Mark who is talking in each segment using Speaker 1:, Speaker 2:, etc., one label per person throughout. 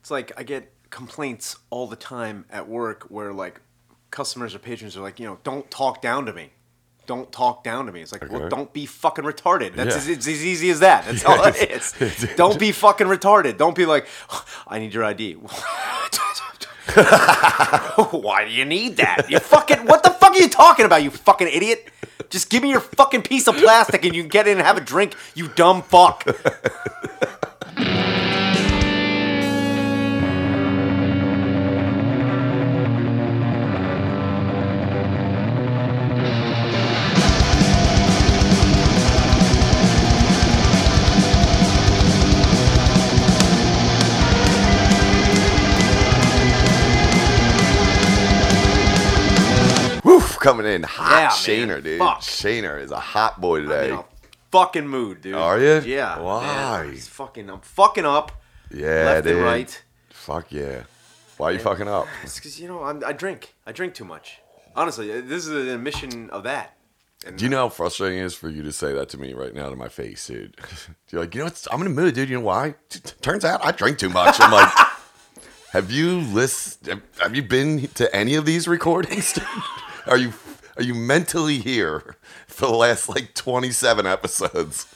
Speaker 1: It's like I get complaints all the time at work where like customers or patrons are like, you know, don't talk down to me. Don't talk down to me. It's like, well,
Speaker 2: Okay.
Speaker 1: don't be fucking retarded. That's
Speaker 2: Yeah.
Speaker 1: as, it's as easy as that. That's all it is. Don't be fucking retarded. Don't be like, I need your ID. Why do you need that? You fucking what the fuck are you talking about, you fucking idiot? Just give me your fucking piece of plastic and you can get in and have a drink, you dumb fuck.
Speaker 2: Woof, coming in hot.
Speaker 1: Yeah, man.
Speaker 2: Shaner, dude.
Speaker 1: Fuck.
Speaker 2: Shaner is a hot boy today.
Speaker 1: in a fucking mood, dude.
Speaker 2: Are you?
Speaker 1: Yeah. man.
Speaker 2: Why?
Speaker 1: It's fucking, I'm fucking up.
Speaker 2: yeah,
Speaker 1: left
Speaker 2: dude.
Speaker 1: and right.
Speaker 2: Fuck yeah. Why are you fucking up?
Speaker 1: It's because you know I'm, I drink. I drink too much. Honestly, uh, this is an admission of that.
Speaker 2: Do you know how frustrating it is for you to say that to me right now to my face, dude? You're like, you know, it's, I'm in a mood, dude. You know why? T- t- turns out I drink too much. I'm like, have you list? Have, have you been to any of these recordings? dude? are you are you mentally here for the last like 27 episodes?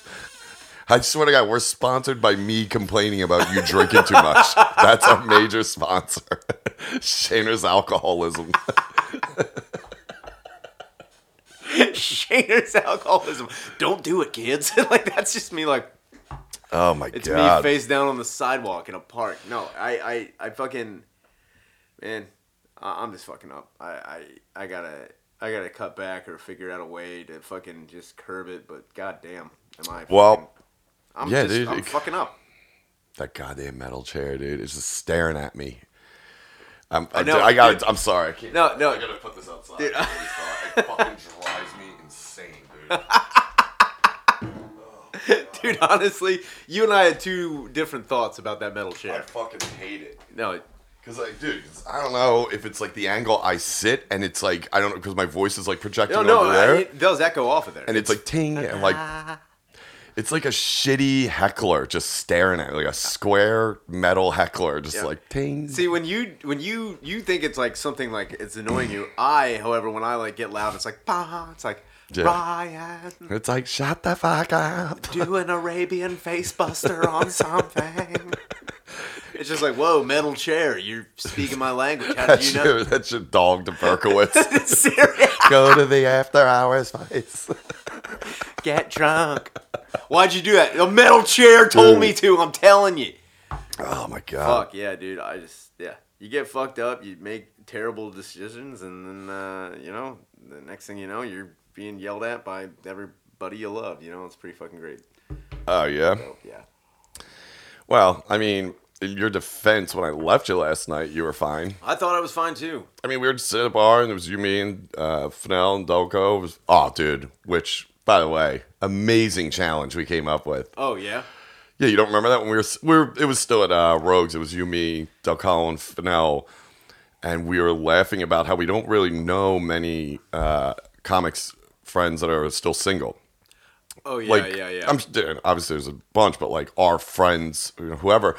Speaker 2: I swear to God, we're sponsored by me complaining about you drinking too much. That's our major sponsor, Shaner's alcoholism.
Speaker 1: Shaner's alcoholism. Don't do it, kids. like that's just me. Like
Speaker 2: Oh my
Speaker 1: it's
Speaker 2: god!
Speaker 1: me face down on the sidewalk in a park. No, I, I, I fucking, man, I, I'm just fucking up. I, I, I gotta, I gotta cut back or figure out a way to fucking just curb it. But goddamn, am I?
Speaker 2: Well,
Speaker 1: fucking- I'm
Speaker 2: yeah,
Speaker 1: just,
Speaker 2: dude,
Speaker 1: I'm
Speaker 2: it-
Speaker 1: fucking up.
Speaker 2: That goddamn metal chair, dude, is just staring at me. I'm, I,
Speaker 1: know,
Speaker 2: I got.
Speaker 1: dude.
Speaker 2: I'm sorry. I can't,
Speaker 1: No, no.
Speaker 2: I gotta put this outside.
Speaker 1: Dude.
Speaker 2: I'm really sorry. It fucking drives me insane, dude.
Speaker 1: Dude, honestly, you and I had two different thoughts about that metal
Speaker 2: I
Speaker 1: chair.
Speaker 2: fucking hate it.
Speaker 1: No,
Speaker 2: Cause like, dude, 'cause I don't know if it's like the angle I sit, and it's like I don't know because my voice is like projecting
Speaker 1: no, no,
Speaker 2: over
Speaker 1: I-
Speaker 2: there,
Speaker 1: it does echo off of there.
Speaker 2: and it's like ting, and like it's like a shitty heckler just staring at me, like a square metal heckler, just
Speaker 1: Yeah.
Speaker 2: like ting.
Speaker 1: See when you when you you think it's like something like it's annoying you. I, however, when I like get loud, it's like bah. It's like
Speaker 2: Yeah.
Speaker 1: Ryan
Speaker 2: it's like shut the fuck up.
Speaker 1: do an Arabian facebuster on something. It's just like whoa, metal chair. You're speaking my language. How
Speaker 2: That's
Speaker 1: did you
Speaker 2: your,
Speaker 1: know?
Speaker 2: that's your dog to Berkowitz.
Speaker 1: Serious.
Speaker 2: go to the after hours place.
Speaker 1: Get drunk. Why'd you do that? The metal chair told
Speaker 2: Dude.
Speaker 1: me to. I'm telling you.
Speaker 2: Oh my god.
Speaker 1: Fuck yeah, dude. I just yeah. You get fucked up. You make terrible decisions, and then uh, you know the next thing you know, you're being yelled at by everybody you love. You know it's pretty fucking great.
Speaker 2: Oh yeah.
Speaker 1: So yeah.
Speaker 2: Well, I mean, in your defense, when I left you last night, you were fine.
Speaker 1: I thought I was fine too.
Speaker 2: I mean, we were just at a bar, and it was you, me, and uh, Fennell and Delco. It was oh, dude. Which, by the way, amazing challenge we came up with.
Speaker 1: Oh yeah.
Speaker 2: Yeah, you don't remember that when we were s- we were, it was still at uh, Rogues. It was you, me, Delco, and Fennell, and we were laughing about how we don't really know many uh, comics friends that are still single.
Speaker 1: Oh yeah.
Speaker 2: like
Speaker 1: yeah yeah.
Speaker 2: I'm dude, obviously there's a bunch, but like our friends, you know, whoever.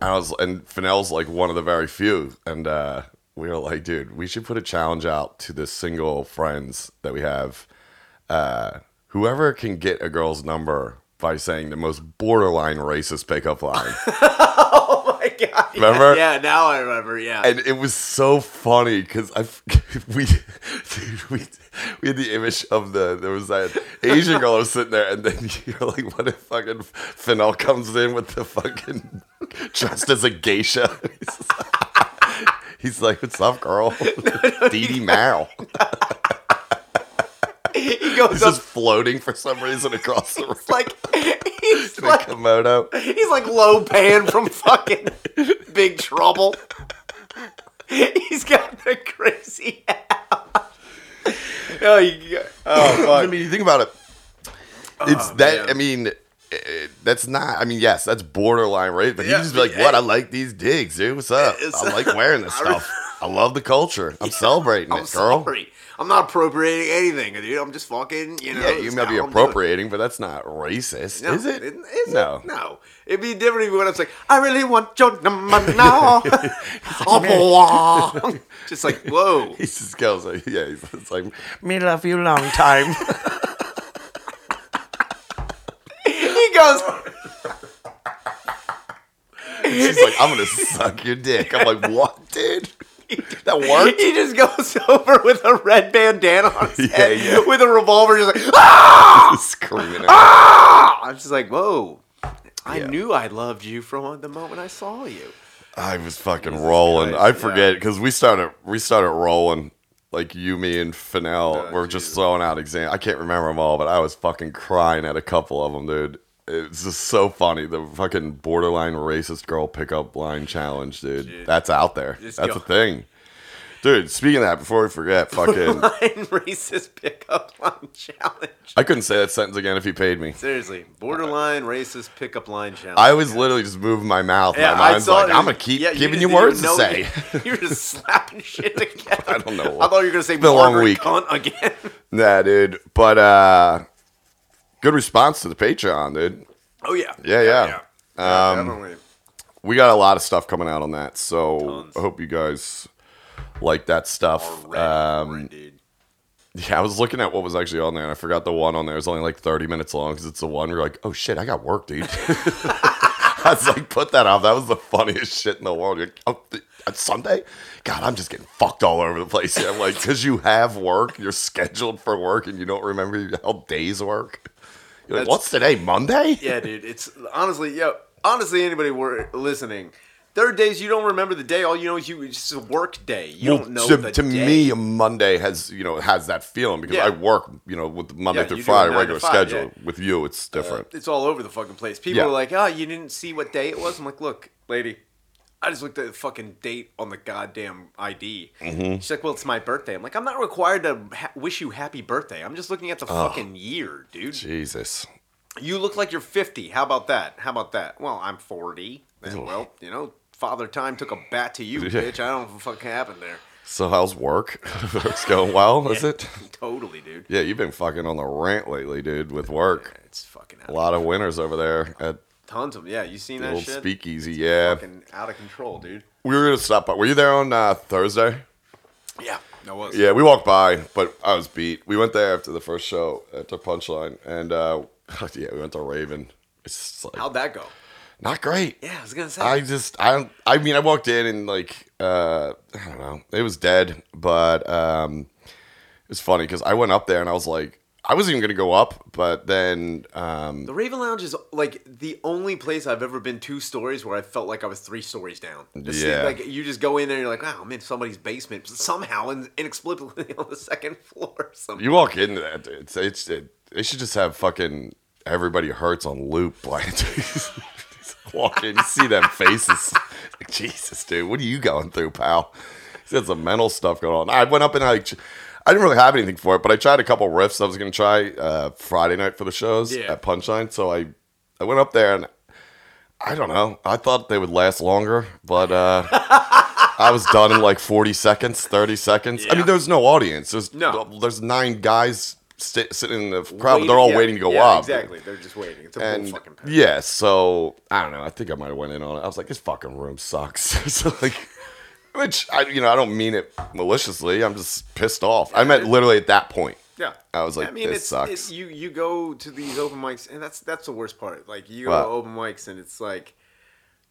Speaker 2: And I was and Fennell's like one of the very few, and uh, we were like, dude, we should put a challenge out to the single friends that we have. Uh, whoever can get a girl's number by saying the most borderline racist pickup line.
Speaker 1: oh my god. yeah,
Speaker 2: Remember?
Speaker 1: Yeah, Now I remember. Yeah.
Speaker 2: and it was so funny because I we dude, we we had the image of the there was that Asian girl who was sitting there, and then you're like, what if fucking Fennel comes in with the fucking dressed as a geisha? He's like, what's up, girl? Dee Dee Mao.
Speaker 1: he goes
Speaker 2: He's
Speaker 1: up
Speaker 2: just floating for some reason across the room.
Speaker 1: like he's
Speaker 2: in a
Speaker 1: like
Speaker 2: Komodo.
Speaker 1: he's like low pan from fucking Big Trouble. He's got the crazy. oh, you, oh fuck.
Speaker 2: I mean, you think about it. It's
Speaker 1: Oh,
Speaker 2: that.
Speaker 1: man.
Speaker 2: I mean, eh, eh, that's not. I mean, yes, that's borderline rape, but
Speaker 1: Yeah,
Speaker 2: you just be like,
Speaker 1: yeah.
Speaker 2: "What? I like these digs, dude. What's up?
Speaker 1: It's-
Speaker 2: I like wearing this
Speaker 1: I re-
Speaker 2: stuff. I love the culture. I'm celebrating
Speaker 1: I'm
Speaker 2: it, girl.
Speaker 1: sorry. I'm not appropriating anything, dude. I'm just fucking, you know.
Speaker 2: Yeah, you
Speaker 1: it's
Speaker 2: may
Speaker 1: how I'm
Speaker 2: be
Speaker 1: doing it.
Speaker 2: appropriating, but that's not racist,
Speaker 1: No,
Speaker 2: is it?
Speaker 1: Isn't, is
Speaker 2: no.
Speaker 1: It? No. It'd be different if you went up and was like, I really want your number now. Oh, boy. Just like, whoa.
Speaker 2: He just goes, like, yeah, he's it's like, me love you long time.
Speaker 1: He goes,
Speaker 2: She's like, I'm gonna suck your dick. I'm like, what, dude? That worked?
Speaker 1: he just goes over with a red bandana on his
Speaker 2: Yeah,
Speaker 1: head
Speaker 2: yeah.
Speaker 1: with a revolver. Just like, ah!
Speaker 2: Screaming. At
Speaker 1: Ah! I'm just like, whoa. I
Speaker 2: Yeah.
Speaker 1: knew I loved you from the moment I saw you.
Speaker 2: I was fucking rolling.
Speaker 1: guy,
Speaker 2: I forget because we started we started rolling. Like you, me, and Fennell were just throwing out exam. I can't remember them all, but I was fucking crying at a couple of them, dude. It's just so funny. The fucking borderline racist girl pickup line challenge, dude. That's out there.
Speaker 1: Just
Speaker 2: That's
Speaker 1: go-
Speaker 2: a thing. Dude, speaking of that, before we forget, fucking,
Speaker 1: Borderline racist pickup line challenge.
Speaker 2: I couldn't say that sentence again if he paid me.
Speaker 1: Seriously, borderline racist pickup line challenge.
Speaker 2: I was literally just moving my mouth.
Speaker 1: Yeah,
Speaker 2: my
Speaker 1: I
Speaker 2: mind's
Speaker 1: saw
Speaker 2: like,
Speaker 1: it.
Speaker 2: I'm gonna keep
Speaker 1: Yeah,
Speaker 2: giving
Speaker 1: just
Speaker 2: you
Speaker 1: didn't
Speaker 2: words to
Speaker 1: even know-
Speaker 2: say.
Speaker 1: You're just slapping shit together.
Speaker 2: I don't know.
Speaker 1: I thought you were gonna say
Speaker 2: It's been a long
Speaker 1: Margaret
Speaker 2: week.
Speaker 1: Cunt again.
Speaker 2: nah, dude. But uh, good response to the Patreon, dude.
Speaker 1: Oh yeah.
Speaker 2: Yeah, um, yeah.
Speaker 1: Yeah, definitely.
Speaker 2: We got a lot of stuff coming out on that, so
Speaker 1: Tons.
Speaker 2: I hope you guys like that stuff.
Speaker 1: Already,
Speaker 2: Um,
Speaker 1: dude.
Speaker 2: yeah, I was looking at what was actually on there, and I forgot the one on there. It was only like 30 minutes long because it's the one where you're like, oh shit, I got work, dude. I was like, put that off. That was the funniest shit in the world. You're like, oh, th- on Sunday? God, I'm just getting fucked all over the place. here. I'm like, because you have work, you're scheduled for work, and you don't remember how days work. You're like,
Speaker 1: That's-
Speaker 2: what's today? Monday?
Speaker 1: Yeah, dude. It's honestly, yeah. Honestly, anybody were listening. There are days you don't remember the day. All you know is you. It's just a work day. You
Speaker 2: Well,
Speaker 1: don't know
Speaker 2: to,
Speaker 1: the
Speaker 2: to
Speaker 1: day.
Speaker 2: me a monday has you know has that feeling because
Speaker 1: Yeah.
Speaker 2: i work you know with monday
Speaker 1: Yeah,
Speaker 2: through
Speaker 1: you do a
Speaker 2: friday
Speaker 1: nine to
Speaker 2: regular
Speaker 1: five,
Speaker 2: schedule with you it's different
Speaker 1: Uh, It's all over the fucking place. People
Speaker 2: Yeah.
Speaker 1: are like, "Oh, you didn't see what day it was." I'm like, "Look, lady, I just looked at the fucking date on the goddamn ID."
Speaker 2: Mm-hmm.
Speaker 1: She's like, "Well, it's my birthday." I'm like, "I'm not required to ha- wish you happy birthday. I'm just looking at the fucking year, dude.
Speaker 2: jesus
Speaker 1: You look like you're 50. How about that? How about that? Well, I'm 40. Then, well, you know, father time took a bat to you,
Speaker 2: Yeah.
Speaker 1: bitch. I don't know what fucking happened there.
Speaker 2: so how's work it's going well is it
Speaker 1: Totally, dude.
Speaker 2: yeah you've been fucking on the rant lately dude with work
Speaker 1: It's fucking
Speaker 2: a
Speaker 1: out.
Speaker 2: lot of winners over there at
Speaker 1: Tons of them. Yeah, you seen
Speaker 2: the
Speaker 1: that
Speaker 2: old
Speaker 1: shit?
Speaker 2: speakeasy yeah
Speaker 1: Fucking out of control, dude.
Speaker 2: we were gonna stop by were you there on uh, thursday
Speaker 1: Yeah, that was.
Speaker 2: Yeah, we walked by, but I was beat. We went there after the first show after Punchline, and uh, yeah, we went to Raven. It's just like
Speaker 1: How'd that go?
Speaker 2: not great.
Speaker 1: Yeah, I was gonna say.
Speaker 2: I just I I mean I walked in and like uh I don't know it was dead but um it's funny because I went up there and I was like I wasn't even gonna go up but then um
Speaker 1: The Raven Lounge is like the only place I've ever been two stories where I felt like I was three stories down. It seemed
Speaker 2: Yeah.
Speaker 1: like you just go in there and you're like, wow, I'm in somebody's basement somehow and inexplicably on the second floor or something.
Speaker 2: you walk into that dude, it's it's it, they should just have fucking everybody hurts on loop blind walk in you see them faces like Jesus dude what are you going through pal see that's some mental stuff going on I went up and I like, I didn't really have anything for it but I tried a couple riffs I was gonna try uh, Friday night for the shows
Speaker 1: Yeah.
Speaker 2: at Punchline so I I went up there and I don't know I thought they would last longer but uh I was done in like 40 seconds, 30 seconds. I
Speaker 1: Yeah.
Speaker 2: mean, there's no audience. There's
Speaker 1: No.
Speaker 2: There's nine guys sit, sitting in the crowd.
Speaker 1: Wait-
Speaker 2: They're all
Speaker 1: yeah,
Speaker 2: waiting to go
Speaker 1: yeah,
Speaker 2: up.
Speaker 1: Exactly. They're just waiting. It's a bull
Speaker 2: And
Speaker 1: fucking pack.
Speaker 2: yeah, so I don't know. I think I might have went in on it. I was like, this fucking room sucks. so like, which I you know I don't mean it maliciously. I'm just pissed off. I meant literally at that point.
Speaker 1: Yeah.
Speaker 2: I was like, this
Speaker 1: it's,
Speaker 2: sucks.
Speaker 1: It's, you you go to these open mics and that's that's the worst part. Like you go
Speaker 2: What?
Speaker 1: to open mics and it's like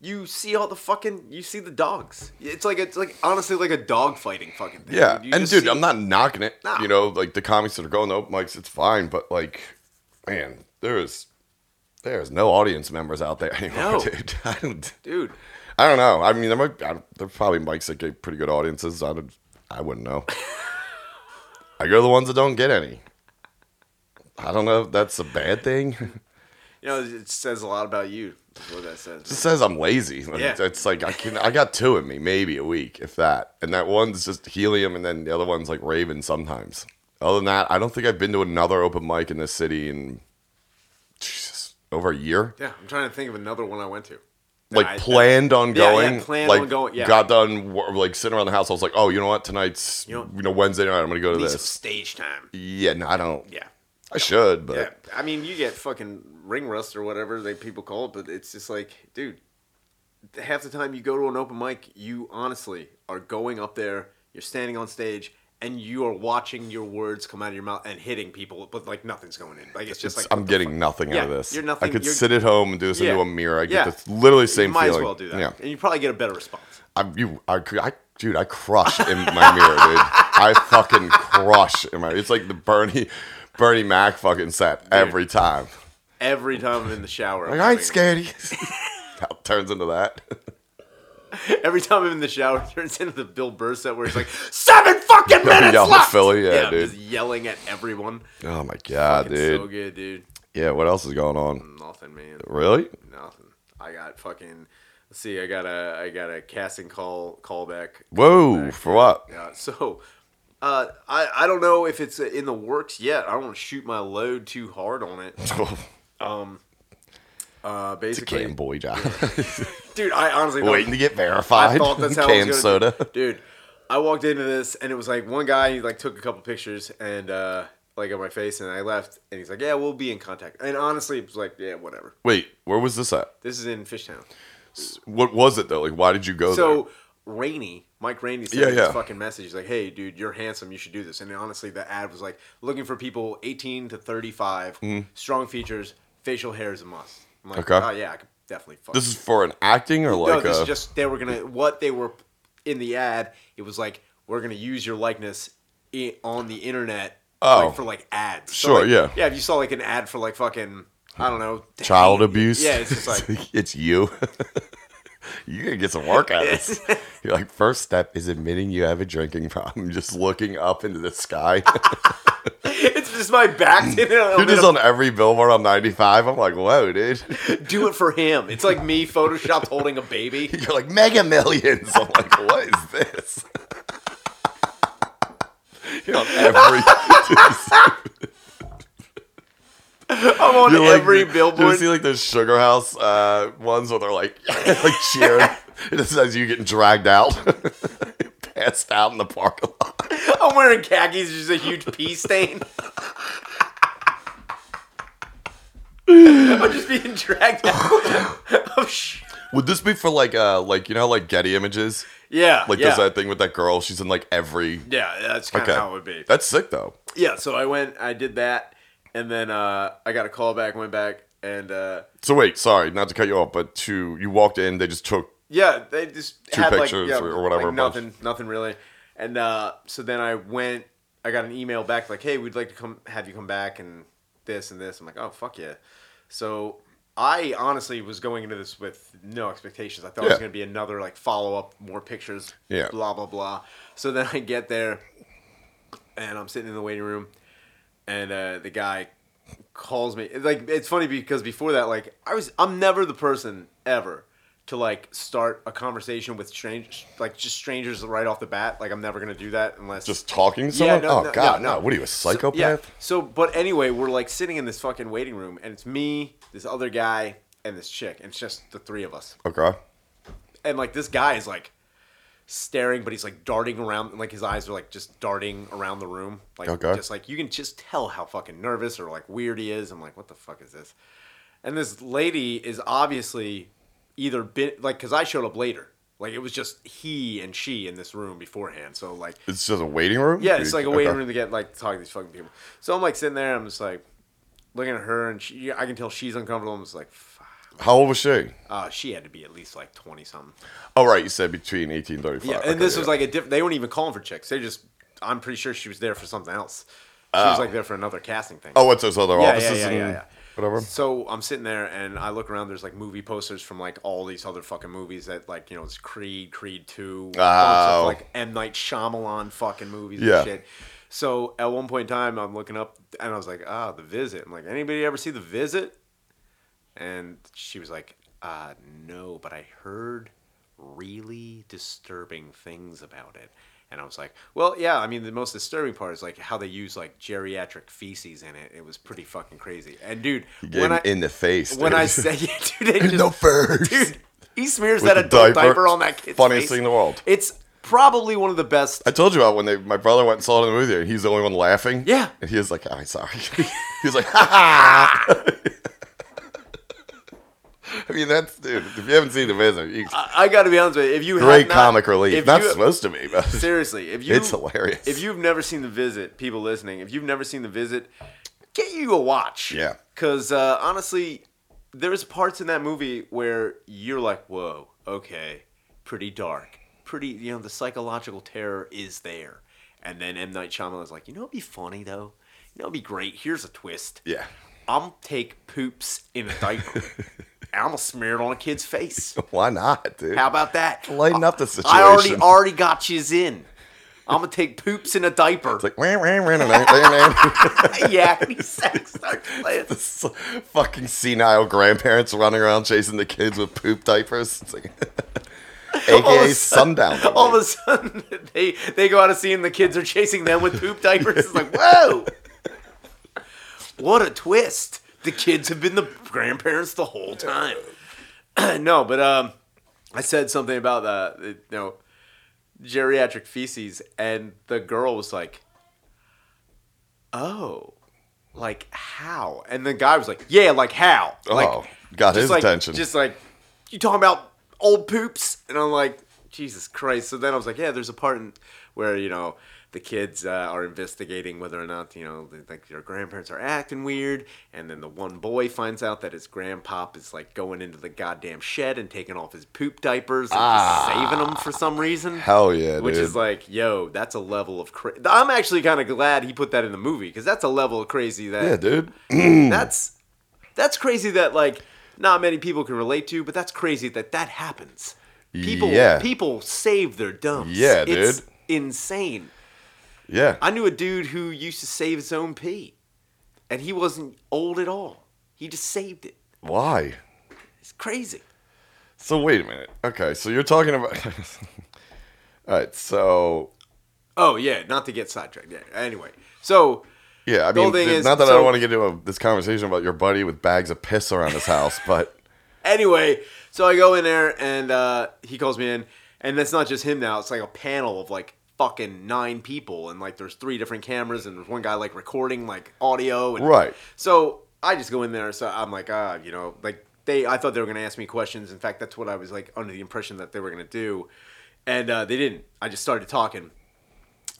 Speaker 1: you see all the fucking you see the dogs. It's like it's like honestly like a dog fighting fucking thing.
Speaker 2: Yeah,
Speaker 1: You
Speaker 2: and
Speaker 1: just
Speaker 2: dude,
Speaker 1: see-
Speaker 2: I'm not knocking it.
Speaker 1: No.
Speaker 2: You know, like the comics that are going to open mics, it's fine. But like, man, there is there is no audience members out there anymore,
Speaker 1: No.
Speaker 2: dude. I don't,
Speaker 1: dude.
Speaker 2: I don't know. I mean, there might I, there are probably mics that get pretty good audiences. I don't, I wouldn't know. I go to the ones that don't get any. I don't know if that's a bad thing. it
Speaker 1: You know, it says a lot about you. Is what that says.
Speaker 2: just says I'm lazy. Like,
Speaker 1: Yeah.
Speaker 2: It's like I can I got two in me, maybe a week, if that. And that one's just helium and then the other one's like Raven sometimes. Other than that, I don't think I've been to another open mic in this city in Jesus, over a year.
Speaker 1: Yeah, I'm trying to think of another one I went to.
Speaker 2: like
Speaker 1: I-
Speaker 2: planned on
Speaker 1: Yeah, yeah,
Speaker 2: going.
Speaker 1: planned
Speaker 2: like,
Speaker 1: on going, yeah.
Speaker 2: Got done wor- like sitting around the house. I was like, oh, you know what? Tonight's you
Speaker 1: You
Speaker 2: know,
Speaker 1: know-
Speaker 2: Wednesday night. I'm gonna go to
Speaker 1: Need some
Speaker 2: this.
Speaker 1: stage time.
Speaker 2: Yeah, no, I don't.
Speaker 1: Yeah.
Speaker 2: I should, but
Speaker 1: Yeah, I mean, you get fucking ring rust or whatever they people call it, but it's just like, dude, half the time you go to an open mic, you honestly are going up there, you're standing on stage, and you are watching your words come out of your mouth and hitting people, but like nothing's going in. Like it's just
Speaker 2: it's-
Speaker 1: like
Speaker 2: I'm getting nothing out of
Speaker 1: Yeah,
Speaker 2: this.
Speaker 1: you're nothing-
Speaker 2: I could
Speaker 1: you're-
Speaker 2: sit at home and do this
Speaker 1: Yeah.
Speaker 2: into a mirror. I get
Speaker 1: Yeah.
Speaker 2: the literally same
Speaker 1: you might
Speaker 2: feeling.
Speaker 1: as well do that,
Speaker 2: Yeah,
Speaker 1: and you probably get a better response.
Speaker 2: I, you, I, cr- I, dude, I crush in my mirror, dude. I fucking crush in my. It's like the Bernie, Bernie Mac fucking set every time.
Speaker 1: Every time I'm in the shower, I'm
Speaker 2: Like I ain't
Speaker 1: having-
Speaker 2: scared. of you." That turns into that.
Speaker 1: Every time I'm in the shower, it turns into the Bill Burr set where it's like seven fucking minutes
Speaker 2: Yell at
Speaker 1: left.
Speaker 2: Philly, yeah,
Speaker 1: I'm
Speaker 2: dude.
Speaker 1: just yelling at everyone.
Speaker 2: Oh my god,
Speaker 1: It's
Speaker 2: dude.
Speaker 1: so good, dude.
Speaker 2: yeah, what else is going on?
Speaker 1: Nothing, man.
Speaker 2: Really?
Speaker 1: Nothing. I got fucking. Let's see. I got a. I got a casting call callback.
Speaker 2: Whoa, for what?
Speaker 1: Yeah. So, uh, I I don't know if it's in the works yet. I don't want to shoot my load too hard on it. Um, Uh,
Speaker 2: it's a can
Speaker 1: basically,
Speaker 2: boy job.
Speaker 1: dude. I honestly don't-
Speaker 2: Waiting to get verified.
Speaker 1: I thought that's how it
Speaker 2: Canned
Speaker 1: was gonna
Speaker 2: soda.
Speaker 1: be. Dude, I walked into this and it was like one guy. He like took a couple pictures and uh like of my face, and I left. And he's like, "Yeah, we'll be in contact." And honestly, it was like, "Yeah, whatever."
Speaker 2: Wait, where was this at?
Speaker 1: This is in Fishtown.
Speaker 2: What was it though? Like, why did you go
Speaker 1: So Rainey, Mike Rainey sent
Speaker 2: Oh, Yeah,
Speaker 1: me this
Speaker 2: yeah.
Speaker 1: fucking message. He's like, "Hey, dude, you're handsome. You should do this." And honestly, the ad was like looking for people 18 to 35, strong features, facial hair is a must. I'm like,
Speaker 2: Mm-hmm. Okay.
Speaker 1: "Oh yeah, I could definitely fuck."
Speaker 2: there? This is for an acting or like uh,
Speaker 1: no, this
Speaker 2: a
Speaker 1: is just they were gonna what they were in the ad. It was like we're gonna use your likeness i- on the internet.
Speaker 2: Oh.
Speaker 1: like, for like ads.
Speaker 2: Sure,
Speaker 1: like,
Speaker 2: yeah.
Speaker 1: yeah. If you saw like an ad for like fucking, I don't know,
Speaker 2: child abuse?
Speaker 1: Yeah, it's just like
Speaker 2: it's you. You're gonna get some work out of this. You're like, first step is admitting you have a drinking problem. Just looking up into the sky.
Speaker 1: it's just my back. You know,
Speaker 2: You're just on every billboard on 95. I'm like, whoa, dude.
Speaker 1: do it for him. It's like me photoshopped holding a baby.
Speaker 2: You're like Mega Millions. I'm like, what is this? You're on every.
Speaker 1: I'm on
Speaker 2: you're like-
Speaker 1: every
Speaker 2: You
Speaker 1: billboard.
Speaker 2: see like those Sugar House uh, ones where they're like, like cheering. It just says you getting dragged out, passed out in the parking lot.
Speaker 1: I'm wearing khakis. There's just a huge pee stain. I'm just being dragged out. of sh-
Speaker 2: Would this be for like, uh, like you know, like Getty Images?
Speaker 1: yeah,
Speaker 2: Like
Speaker 1: yeah.
Speaker 2: there's that thing with that girl. She's in like every.
Speaker 1: Yeah, that's kind of
Speaker 2: Okay.
Speaker 1: how it would be.
Speaker 2: That's sick though.
Speaker 1: yeah, so I went, I did that, and then uh, I got a call back, went back, and uh,
Speaker 2: So wait, sorry, not to cut you off, but to you walked in, they just took
Speaker 1: yeah, they just
Speaker 2: Two
Speaker 1: had
Speaker 2: pictures
Speaker 1: like, yeah,
Speaker 2: or whatever, a
Speaker 1: like
Speaker 2: bunch.
Speaker 1: nothing, nothing really. And uh, so then I went, I got an email back like, hey, we'd like to come, have you come back, and this and this. I'm like, oh fuck yeah. So I honestly was going into this with no expectations. I thought it
Speaker 2: Yeah.
Speaker 1: was going to be another like follow up, more pictures,
Speaker 2: Yeah.
Speaker 1: blah blah blah. So then I get there, and I'm sitting in the waiting room, and uh, the guy calls me. It's Like it's funny because before that, like I was, I'm never the person ever to like start a conversation with strangers, like just strangers right off the bat. Like I'm never gonna do that unless
Speaker 2: just talking to someone. oh god, no, What are you, a
Speaker 1: So- yeah.
Speaker 2: psychopath?
Speaker 1: So, but anyway, we're like sitting in this fucking waiting room, and it's me, this other guy, and this chick, and it's just the three of us
Speaker 2: Okay.
Speaker 1: and like this guy is like staring, but he's like darting around, and like his eyes are like just darting around the room, like
Speaker 2: Okay.
Speaker 1: just like you can just tell how fucking nervous or like weird he is. I'm like, what the fuck is this? And this lady is obviously either been like because I showed up later, like it was just he and she in this room beforehand, so like
Speaker 2: It's just a waiting room?
Speaker 1: yeah, it's like a waiting
Speaker 2: Okay.
Speaker 1: room to get like to talk to these fucking people. So I'm like sitting there, I'm just like looking at her, and she, I can tell she's uncomfortable. I'm just like, fuck.
Speaker 2: How old was she?
Speaker 1: Uh, she had to be at least like twenty something.
Speaker 2: Oh, right. You said between 18 and 35.
Speaker 1: Yeah,
Speaker 2: Okay,
Speaker 1: and this was like a different. They weren't even calling for chicks. They just. I'm pretty sure she was there for something else. She was like there for another casting thing.
Speaker 2: Oh, what's those other
Speaker 1: yeah,
Speaker 2: offices
Speaker 1: yeah, yeah,
Speaker 2: and
Speaker 1: yeah, yeah.
Speaker 2: whatever?
Speaker 1: So I'm sitting there and I look around. There's like movie posters from like all these other fucking movies that like you know it's Creed, Creed Two,
Speaker 2: Oh.
Speaker 1: like M Night Shyamalan fucking movies
Speaker 2: Yeah.
Speaker 1: and shit. So at one point in time, I'm looking up and I was like, ah, The Visit. I'm like, anybody ever see The Visit? And she was like, uh, no, but I heard really disturbing things about it. And I was like, well, yeah, I mean, the most disturbing part is like how they use like geriatric feces in it. It was pretty fucking crazy. And dude,
Speaker 2: Getting
Speaker 1: when I,
Speaker 2: in the face.
Speaker 1: when
Speaker 2: dude.
Speaker 1: I say, yeah, dude, it just,
Speaker 2: no first.
Speaker 1: dude, He smears that
Speaker 2: With the
Speaker 1: adult
Speaker 2: diaper.
Speaker 1: diaper. on that kid's
Speaker 2: Funniest
Speaker 1: face.
Speaker 2: thing in the world.
Speaker 1: It's probably one of the best.
Speaker 2: I told you about when they, my brother went and saw it in the movie, and he's the only one laughing.
Speaker 1: Yeah.
Speaker 2: And he was like, "I'm sorry." he was like, "Ha ha!" I mean, that's dude. If you haven't seen The Visit, you,
Speaker 1: I, I got to be honest with you. If you have
Speaker 2: great
Speaker 1: not-
Speaker 2: comic relief.
Speaker 1: if
Speaker 2: Not
Speaker 1: you-
Speaker 2: supposed to be, but
Speaker 1: seriously, if you
Speaker 2: it's hilarious.
Speaker 1: If you've never seen The Visit, people listening, if you've never seen The Visit, get you a watch.
Speaker 2: Yeah.
Speaker 1: Because uh, honestly, there's parts in that movie where you're like, whoa, okay, pretty dark. Pretty, you know, the psychological terror is there. And then M. Night Shyamalan's like, you know it would be funny, though? You know it would be great? Here's a twist.
Speaker 2: yeah,
Speaker 1: I'm take poops in a diaper. I'm gonna smear it on a kid's face.
Speaker 2: why not, dude?
Speaker 1: How about that?
Speaker 2: Lighten up the
Speaker 1: I already
Speaker 2: situation.
Speaker 1: already got yous in. I'm gonna take poops in a diaper.
Speaker 2: It's like, "Wah, wah, wah, wah, wah, wah."
Speaker 1: yeah, he says, starts playing.
Speaker 2: This fucking senile grandparents running around chasing the kids with poop diapers. It's like,
Speaker 1: All of
Speaker 2: AKA
Speaker 1: a sudden-
Speaker 2: Sundown.
Speaker 1: All of a sudden, they they go out of scene and the kids are chasing them with poop diapers. It's like, whoa! What a twist! The kids have been the grandparents the whole time. no, but um, I said something about the you know geriatric feces, and the girl was like, "Oh, like how?" And the guy was like, "Yeah, like how?" Like,
Speaker 2: Oh, got
Speaker 1: just
Speaker 2: his
Speaker 1: like,
Speaker 2: attention.
Speaker 1: Just like, you talking about old poops? And I'm like, Jesus Christ. So then I was like, yeah, there's a part in, where, you know, the kids uh, are investigating whether or not, you know, they think their grandparents are acting weird. And then the one boy finds out that his grandpop is like going into the goddamn shed and taking off his poop diapers and just saving them for some reason.
Speaker 2: Ah. Hell yeah,
Speaker 1: Which
Speaker 2: dude.
Speaker 1: is like, yo, that's a level of crazy. I'm actually kind of glad he put that in the movie because that's a level of crazy that
Speaker 2: yeah, dude.
Speaker 1: that's that's crazy that like not many people can relate to, but that's crazy that that happens. People
Speaker 2: Yeah.
Speaker 1: people save their dumps.
Speaker 2: Yeah,
Speaker 1: it's
Speaker 2: dude.
Speaker 1: Insane.
Speaker 2: Yeah.
Speaker 1: I knew a dude who used to save his own pee, and he wasn't old at all. He just saved it.
Speaker 2: Why?
Speaker 1: It's crazy.
Speaker 2: So wait a minute. Okay, so you're talking about. All right, so
Speaker 1: Oh yeah, not to get sidetracked. Yeah. Anyway, so
Speaker 2: yeah, I
Speaker 1: The whole
Speaker 2: mean,
Speaker 1: thing
Speaker 2: th-
Speaker 1: is-
Speaker 2: not that I
Speaker 1: so-
Speaker 2: don't want to get into a, this conversation about your buddy with bags of piss around his house, but
Speaker 1: anyway, so I go in there and uh, he calls me in, and that's not just him now. It's like a panel of like fucking nine people, and like there's three different cameras, and there's one guy like recording like audio. And,
Speaker 2: Right.
Speaker 1: So I just go in there, so I'm like, ah, you know, like they. I thought they were gonna ask me questions. In fact, that's what I was like under the impression that they were gonna do, and uh, they didn't. I just started talking.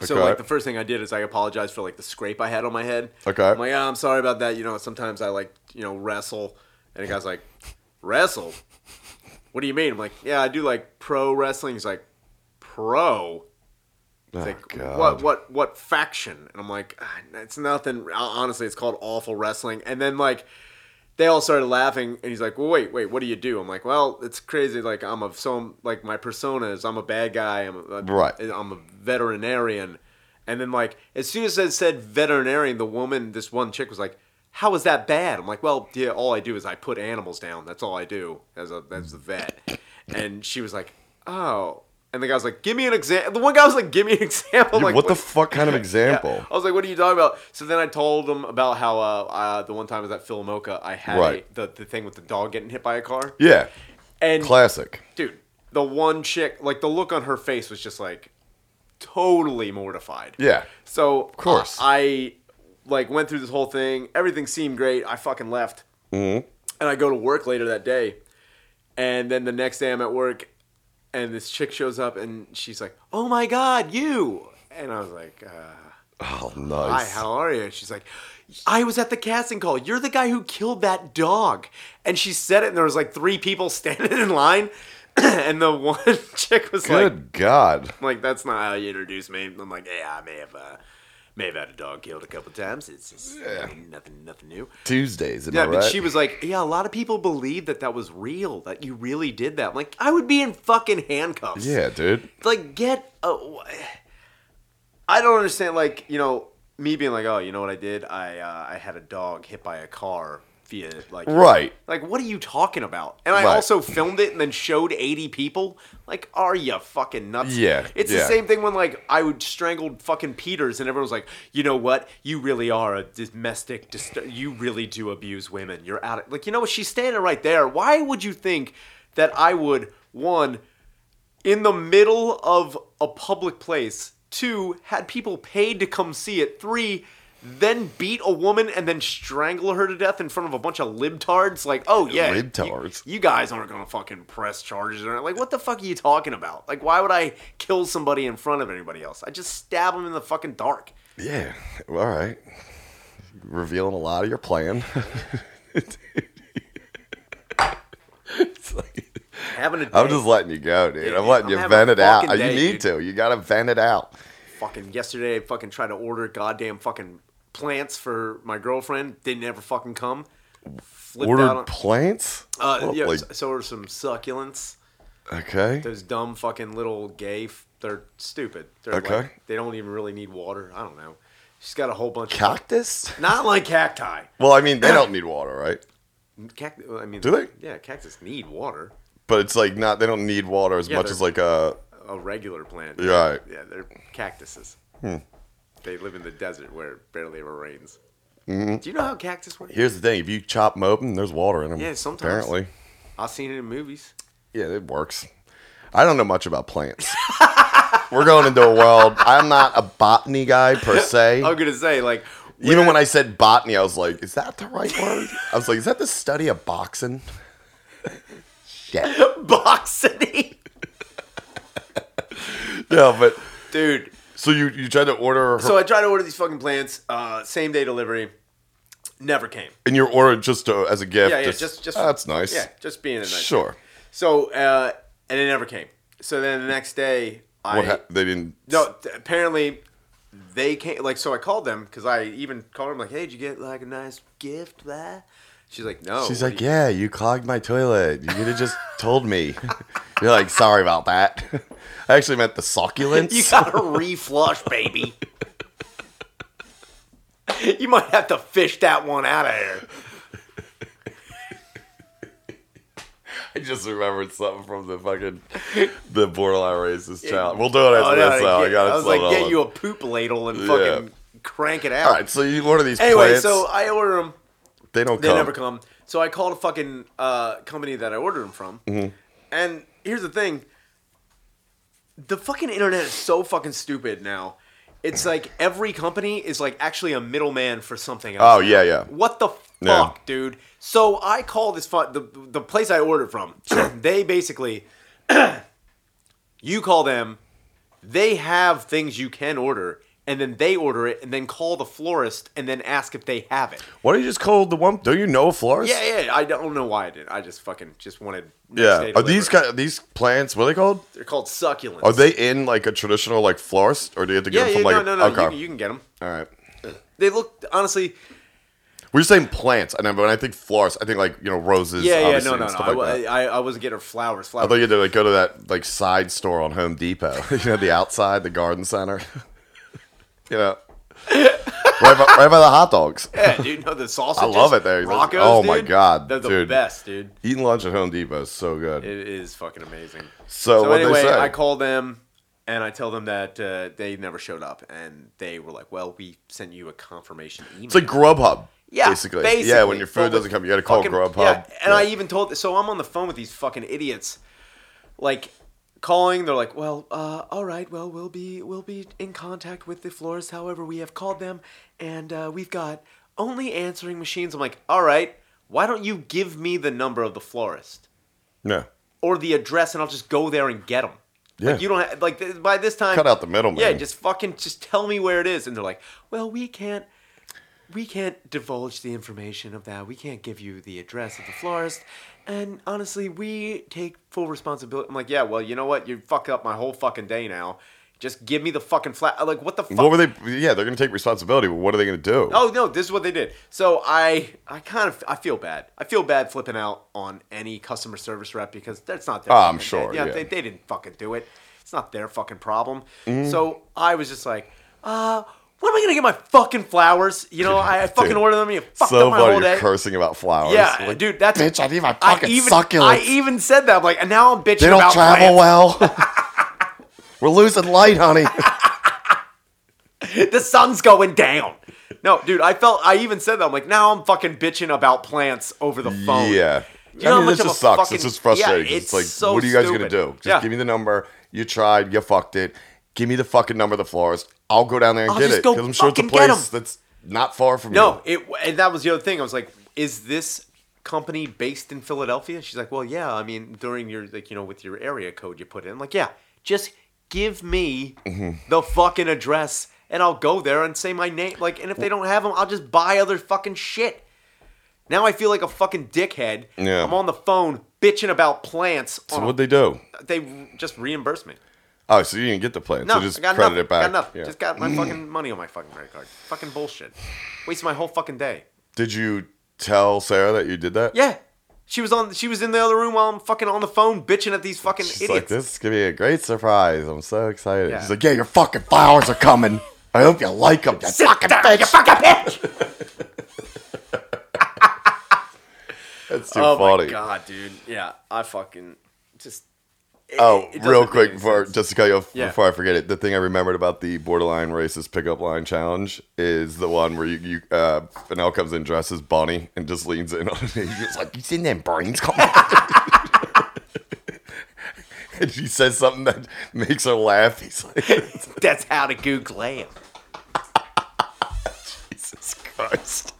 Speaker 1: So
Speaker 2: Okay.
Speaker 1: like the first thing I did is I apologized for like the scrape I had on my head.
Speaker 2: Okay.
Speaker 1: I'm like, yeah, I'm sorry about that. You know, sometimes I like, you know, wrestle. And the guy's like, wrestle? What do you mean? I'm like, yeah, I do like pro wrestling. He's like, pro?
Speaker 2: oh,
Speaker 1: He's like,
Speaker 2: God.
Speaker 1: what, what, what faction? And I'm like, "Ah, it's nothing. Honestly, it's called awful wrestling. And then like, they all started laughing, and he's like, "Well, wait, wait, what do you do?" I'm like, "Well, it's crazy. Like, I'm a so like my persona is I'm a bad guy. I'm a,
Speaker 2: Right.
Speaker 1: I'm a veterinarian." And then like as soon as I said veterinarian, the woman, this one chick, was like, "How is that bad?" I'm like, "Well, yeah, all I do is I put animals down. That's all I do as a as a vet." And she was like, "Oh." And the guy was like, "Give me an example." The one guy was like, "Give me an example."
Speaker 2: Yeah,
Speaker 1: like,
Speaker 2: what the fuck kind of example?
Speaker 1: I was like, "What are you talking about?" So then I told him about how uh, uh, the one time I was at Philomoka, I had
Speaker 2: Right.
Speaker 1: a, the the thing with the dog getting hit by a car.
Speaker 2: Yeah,
Speaker 1: And
Speaker 2: classic.
Speaker 1: dude, the one chick, like the look on her face was just like totally mortified.
Speaker 2: Yeah.
Speaker 1: So of
Speaker 2: course.
Speaker 1: I like went through this whole thing. Everything seemed great. I fucking left,
Speaker 2: Mhm.
Speaker 1: and I go to work later that day, and then the next day I'm at work, and this chick shows up and she's like, "Oh my god, you!" And I was like. Uh,
Speaker 2: Oh,
Speaker 1: Hi,
Speaker 2: nice.
Speaker 1: how are you? She's like, I was at the casting call. You're the guy who killed that dog. And she said it, and there was like three people standing in line. and the one chick was
Speaker 2: Good
Speaker 1: like,
Speaker 2: God.
Speaker 1: I'm like, that's not how you introduce me. I'm like, yeah, I may have, uh, may have had a dog killed a couple times. It's, it's nothing, nothing new.
Speaker 2: Tuesdays, am
Speaker 1: Yeah,
Speaker 2: I
Speaker 1: but
Speaker 2: right?
Speaker 1: she was like, yeah, a lot of people believe that that was real, that you really did that. I'm like, I would be in fucking handcuffs
Speaker 2: yeah, dude.
Speaker 1: like get a, I don't understand like you know me being like oh you know what I did I uh, I had a dog hit by a car via like
Speaker 2: Right.
Speaker 1: like what are you talking about and I
Speaker 2: Right.
Speaker 1: also filmed it and then showed 80 people like are you fucking nuts
Speaker 2: Yeah,
Speaker 1: it's
Speaker 2: yeah.
Speaker 1: the same thing when like I would strangled fucking Peters and everyone was like you know what you really are a domestic dist- you really do abuse women you're out of like you know what she's standing right there why would you think that I would one in the middle of a public place. Two, had people paid to come see it. Three, then beat a woman and then strangle her to death in front of a bunch of libtards. Like, oh yeah, you-
Speaker 2: Libtards.
Speaker 1: You, guys aren't gonna fucking press charges or like. What the fuck are you talking about? Like, why would I kill somebody in front of anybody else? I just stab them in the fucking dark.
Speaker 2: Yeah. All right. Revealing a lot of your plan. It's like-
Speaker 1: Having a day.
Speaker 2: I'm just letting you go, dude.
Speaker 1: Yeah,
Speaker 2: I'm letting
Speaker 1: I'm
Speaker 2: you
Speaker 1: having
Speaker 2: vent
Speaker 1: a
Speaker 2: it out. Uh,
Speaker 1: fucking day,
Speaker 2: you need
Speaker 1: dude.
Speaker 2: to. You gotta vent it out.
Speaker 1: fucking yesterday I fucking tried to order goddamn fucking plants for my girlfriend. Didn't ever fucking come. Flipped out
Speaker 2: Ordered
Speaker 1: on,
Speaker 2: plants.
Speaker 1: uh,
Speaker 2: What,
Speaker 1: yeah,
Speaker 2: like-
Speaker 1: so were some succulents.
Speaker 2: okay.
Speaker 1: Those dumb fucking little gay. F- they're stupid. They're
Speaker 2: Okay.
Speaker 1: Like, they don't even really need water. I don't know. She's got a whole bunch. of
Speaker 2: Cactus.
Speaker 1: Not like cacti.
Speaker 2: Well, I mean, they don't need water, right?
Speaker 1: Cact- I mean,
Speaker 2: Do they?
Speaker 1: Yeah, cactus need water.
Speaker 2: But it's like not. They don't need water as
Speaker 1: Yeah,
Speaker 2: much
Speaker 1: they're-
Speaker 2: as like a.
Speaker 1: A regular plant.
Speaker 2: You're right.
Speaker 1: Yeah, they're cactuses.
Speaker 2: Hmm.
Speaker 1: They live in the desert where it barely ever rains.
Speaker 2: Mm-hmm.
Speaker 1: Do you know how cactus work?
Speaker 2: Here's the thing: if you chop them open, there's water in them.
Speaker 1: Yeah, sometimes.
Speaker 2: Apparently,
Speaker 1: I've seen it in movies.
Speaker 2: yeah, it works. I don't know much about plants. We're going into a world. I'm not a botany guy per se.
Speaker 1: I'm gonna say like
Speaker 2: Even when I said botany, I was like, "Is that the right word?" I was like, "Is that the study of boxing?" Shit.
Speaker 1: boxity,
Speaker 2: Yeah, but
Speaker 1: dude.
Speaker 2: so you you tried to order, her,
Speaker 1: So I tried to order these fucking plants, uh, same day delivery. Never came.
Speaker 2: and you ordered just to, as a gift.
Speaker 1: Yeah, yeah, just just
Speaker 2: "Ah, that's nice.
Speaker 1: Yeah, just being a nice.
Speaker 2: sure.
Speaker 1: So uh, and it never came. So then the next day, I
Speaker 2: What hap- they didn't.
Speaker 1: No, th- apparently they came. Like, so I called them because I even called them like, "Hey, did you get like a nice gift?" Blah. She's like, "No."
Speaker 2: She's
Speaker 1: what
Speaker 2: like,
Speaker 1: do you-"
Speaker 2: "Yeah, you clogged my toilet. You could have just told me." You're like, "Sorry about that." I actually meant the succulents.
Speaker 1: "You gotta reflush, baby. you might have to fish that one out of here."
Speaker 2: I just remembered something from the fucking the borderline racist challenge. We'll do it
Speaker 1: Oh,
Speaker 2: after
Speaker 1: no,
Speaker 2: this.
Speaker 1: no,
Speaker 2: though. I
Speaker 1: get-
Speaker 2: got
Speaker 1: I was like, "Get you a poop ladle and fucking crank it out."
Speaker 2: All right, so you order these
Speaker 1: anyway,
Speaker 2: plants.
Speaker 1: so I order them.
Speaker 2: they don't
Speaker 1: They
Speaker 2: come.
Speaker 1: never come. So I called a fucking uh, company that I ordered them from.
Speaker 2: Mm-hmm.
Speaker 1: And here's the thing the fucking internet is so fucking stupid now. It's like every company is like actually a middleman for something else.
Speaker 2: Oh yeah, yeah.
Speaker 1: What the fuck,
Speaker 2: Yeah.
Speaker 1: dude? So I called this fu- the the place I ordered from. they basically you call them, they have things you can order, and then they order it, and then call the florist and then ask if they have it.
Speaker 2: Why don't you just call the one? Don't you know a florist?
Speaker 1: Yeah, yeah. I don't know why I did. I just fucking just wanted. next
Speaker 2: Yeah.
Speaker 1: day
Speaker 2: Are these
Speaker 1: delivery.
Speaker 2: kind these plants? What are they called?
Speaker 1: They're called succulents.
Speaker 2: Are they in like a traditional like florist, or do you have to get
Speaker 1: Yeah,
Speaker 2: them
Speaker 1: yeah.
Speaker 2: from like?
Speaker 1: no, no, no. You,
Speaker 2: Okay.
Speaker 1: can- you can get them.
Speaker 2: All right.
Speaker 1: They look honestly.
Speaker 2: We're saying plants, and then when I think florists, I think like you know roses.
Speaker 1: Yeah, yeah.
Speaker 2: obviously,
Speaker 1: No, no,
Speaker 2: and
Speaker 1: no.
Speaker 2: stuff
Speaker 1: I,
Speaker 2: like that.
Speaker 1: wa- I, I wasn't getting flowers.
Speaker 2: I
Speaker 1: Flowers.
Speaker 2: thought you had to like go to that like side store on Home Depot. you know, the outside, the garden center. you know, right by, right by the hot dogs.
Speaker 1: yeah, dude. No, the sausage.
Speaker 2: love it there. It's like-
Speaker 1: Rocco's,
Speaker 2: oh my
Speaker 1: dude,
Speaker 2: God,
Speaker 1: they're the
Speaker 2: dude.
Speaker 1: best, dude.
Speaker 2: Eating lunch at Home Depot is so good.
Speaker 1: It is fucking amazing.
Speaker 2: so
Speaker 1: so
Speaker 2: what
Speaker 1: anyway,
Speaker 2: they say?
Speaker 1: I call them and I tell them that uh, they never showed up, and they were like, "Well, we sent you a confirmation email."
Speaker 2: it's like Grubhub.
Speaker 1: Yeah,
Speaker 2: basically. Yeah, when your
Speaker 1: But
Speaker 2: food
Speaker 1: with
Speaker 2: doesn't come, you got to call
Speaker 1: fucking-
Speaker 2: Grubhub.
Speaker 1: Yeah, and I
Speaker 2: Yeah.
Speaker 1: even told so I'm on the phone with these fucking idiots, like calling. They're like, "Well, uh, all right, well, we'll be we'll be in contact with the florist. However, we have called them, and uh, we've got only answering machines." I'm like, "All right, why don't you give me the number of the florist
Speaker 2: no.
Speaker 1: or the address, and I'll just go there and get them."
Speaker 2: Yeah.
Speaker 1: Like you don't have, like th- by this time
Speaker 2: Cut out the middleman.
Speaker 1: yeah, just fucking just tell me where it is. And they're like, well, we can't we can't divulge the information of that. We can't give you the address of the florist. And honestly, we take full responsibility. I'm like, yeah, well, you know what? You fucked up my whole fucking day now. Just give me the fucking flat. Like, what the fuck?
Speaker 2: What were they? Yeah, they're gonna take responsibility. But what are they gonna do?
Speaker 1: Oh no, this is what they did. So I, I kind of, I feel bad. I feel bad flipping out on any customer service rep because that's not their.
Speaker 2: Ah, I'm
Speaker 1: fucking-
Speaker 2: sure, yeah.
Speaker 1: They, they didn't fucking do it. It's not their fucking problem.
Speaker 2: Mm-hmm.
Speaker 1: So I was just like, uh, when am I gonna get my fucking flowers? You know, I, I fucking
Speaker 2: Dude,
Speaker 1: ordered them. You fucked
Speaker 2: so
Speaker 1: up my whole
Speaker 2: funny, you're
Speaker 1: day.
Speaker 2: cursing about flowers.
Speaker 1: Yeah,
Speaker 2: Like,
Speaker 1: dude, that's
Speaker 2: bitch. I need my
Speaker 1: I
Speaker 2: fucking
Speaker 1: even,
Speaker 2: succulents.
Speaker 1: I even said that. I'm like, and now I'm bitching
Speaker 2: They don't
Speaker 1: about
Speaker 2: travel
Speaker 1: plants.
Speaker 2: well. We're losing light, honey.
Speaker 1: the sun's going down. No, dude, I felt I even said that. I'm like, now I'm fucking bitching about plants over the phone.
Speaker 2: yeah.
Speaker 1: You know
Speaker 2: I
Speaker 1: how
Speaker 2: mean,
Speaker 1: much
Speaker 2: it
Speaker 1: of
Speaker 2: just
Speaker 1: a
Speaker 2: sucks.
Speaker 1: fucking-
Speaker 2: it's just frustrating.
Speaker 1: Yeah,
Speaker 2: it's,
Speaker 1: it's
Speaker 2: like,
Speaker 1: so
Speaker 2: what are you guys
Speaker 1: stupid.
Speaker 2: gonna do? Just
Speaker 1: Yeah.
Speaker 2: give me the number. You tried. You fucked it. Give me the fucking number of the florist. I'll go down there and
Speaker 1: I'll
Speaker 2: get
Speaker 1: just
Speaker 2: it
Speaker 1: go
Speaker 2: because I'm sure it's a
Speaker 1: fucking get 'em.
Speaker 2: place that's not far from you.
Speaker 1: No, it and that was the other thing. I was like, is this company based in Philadelphia? She's like, well, yeah. I mean, during your like, you know, with your area code you put in, I'm like, yeah, just give me
Speaker 2: Mm-hmm.
Speaker 1: the fucking address and I'll go there and say my name. Like, and if they don't have them, I'll just buy other fucking shit. Now I feel like a fucking dickhead.
Speaker 2: Yeah.
Speaker 1: I'm on the phone bitching about plants.
Speaker 2: So
Speaker 1: on a-
Speaker 2: what'd they do?
Speaker 1: they just reimbursed me.
Speaker 2: Oh, so you didn't get the plan.
Speaker 1: No,
Speaker 2: so just
Speaker 1: I got
Speaker 2: credit
Speaker 1: nothing.
Speaker 2: it back.
Speaker 1: Got nothing.
Speaker 2: Yeah.
Speaker 1: Just got my fucking money on my fucking credit card. Fucking bullshit. Wasted my whole fucking day.
Speaker 2: Did you tell Sarah that you did that?
Speaker 1: Yeah. She was on she was in the other room while I'm fucking on the phone bitching at these fucking
Speaker 2: She's
Speaker 1: idiots.
Speaker 2: like, this is gonna be a great surprise. I'm so excited.
Speaker 1: Yeah.
Speaker 2: She's like, yeah, your fucking flowers are coming. I hope you like them. You
Speaker 1: Sit
Speaker 2: fucking
Speaker 1: down,
Speaker 2: bitch.
Speaker 1: you fucking bitch.
Speaker 2: That's too
Speaker 1: oh
Speaker 2: funny.
Speaker 1: my god, dude. Yeah, I fucking just it-
Speaker 2: Oh,
Speaker 1: it doesn't
Speaker 2: real
Speaker 1: make
Speaker 2: quick
Speaker 1: any
Speaker 2: before
Speaker 1: sense.
Speaker 2: just to cut you off
Speaker 1: Yeah.
Speaker 2: before I forget it, the thing I remembered about the borderline racist pickup line challenge is the one where you, you uh Fennell comes in dressed as Bonnie and just leans in on it. He's just like, You seen them brains come on? and she says something that makes her laugh. He's like
Speaker 1: that's how to goo glam.
Speaker 2: Jesus Christ.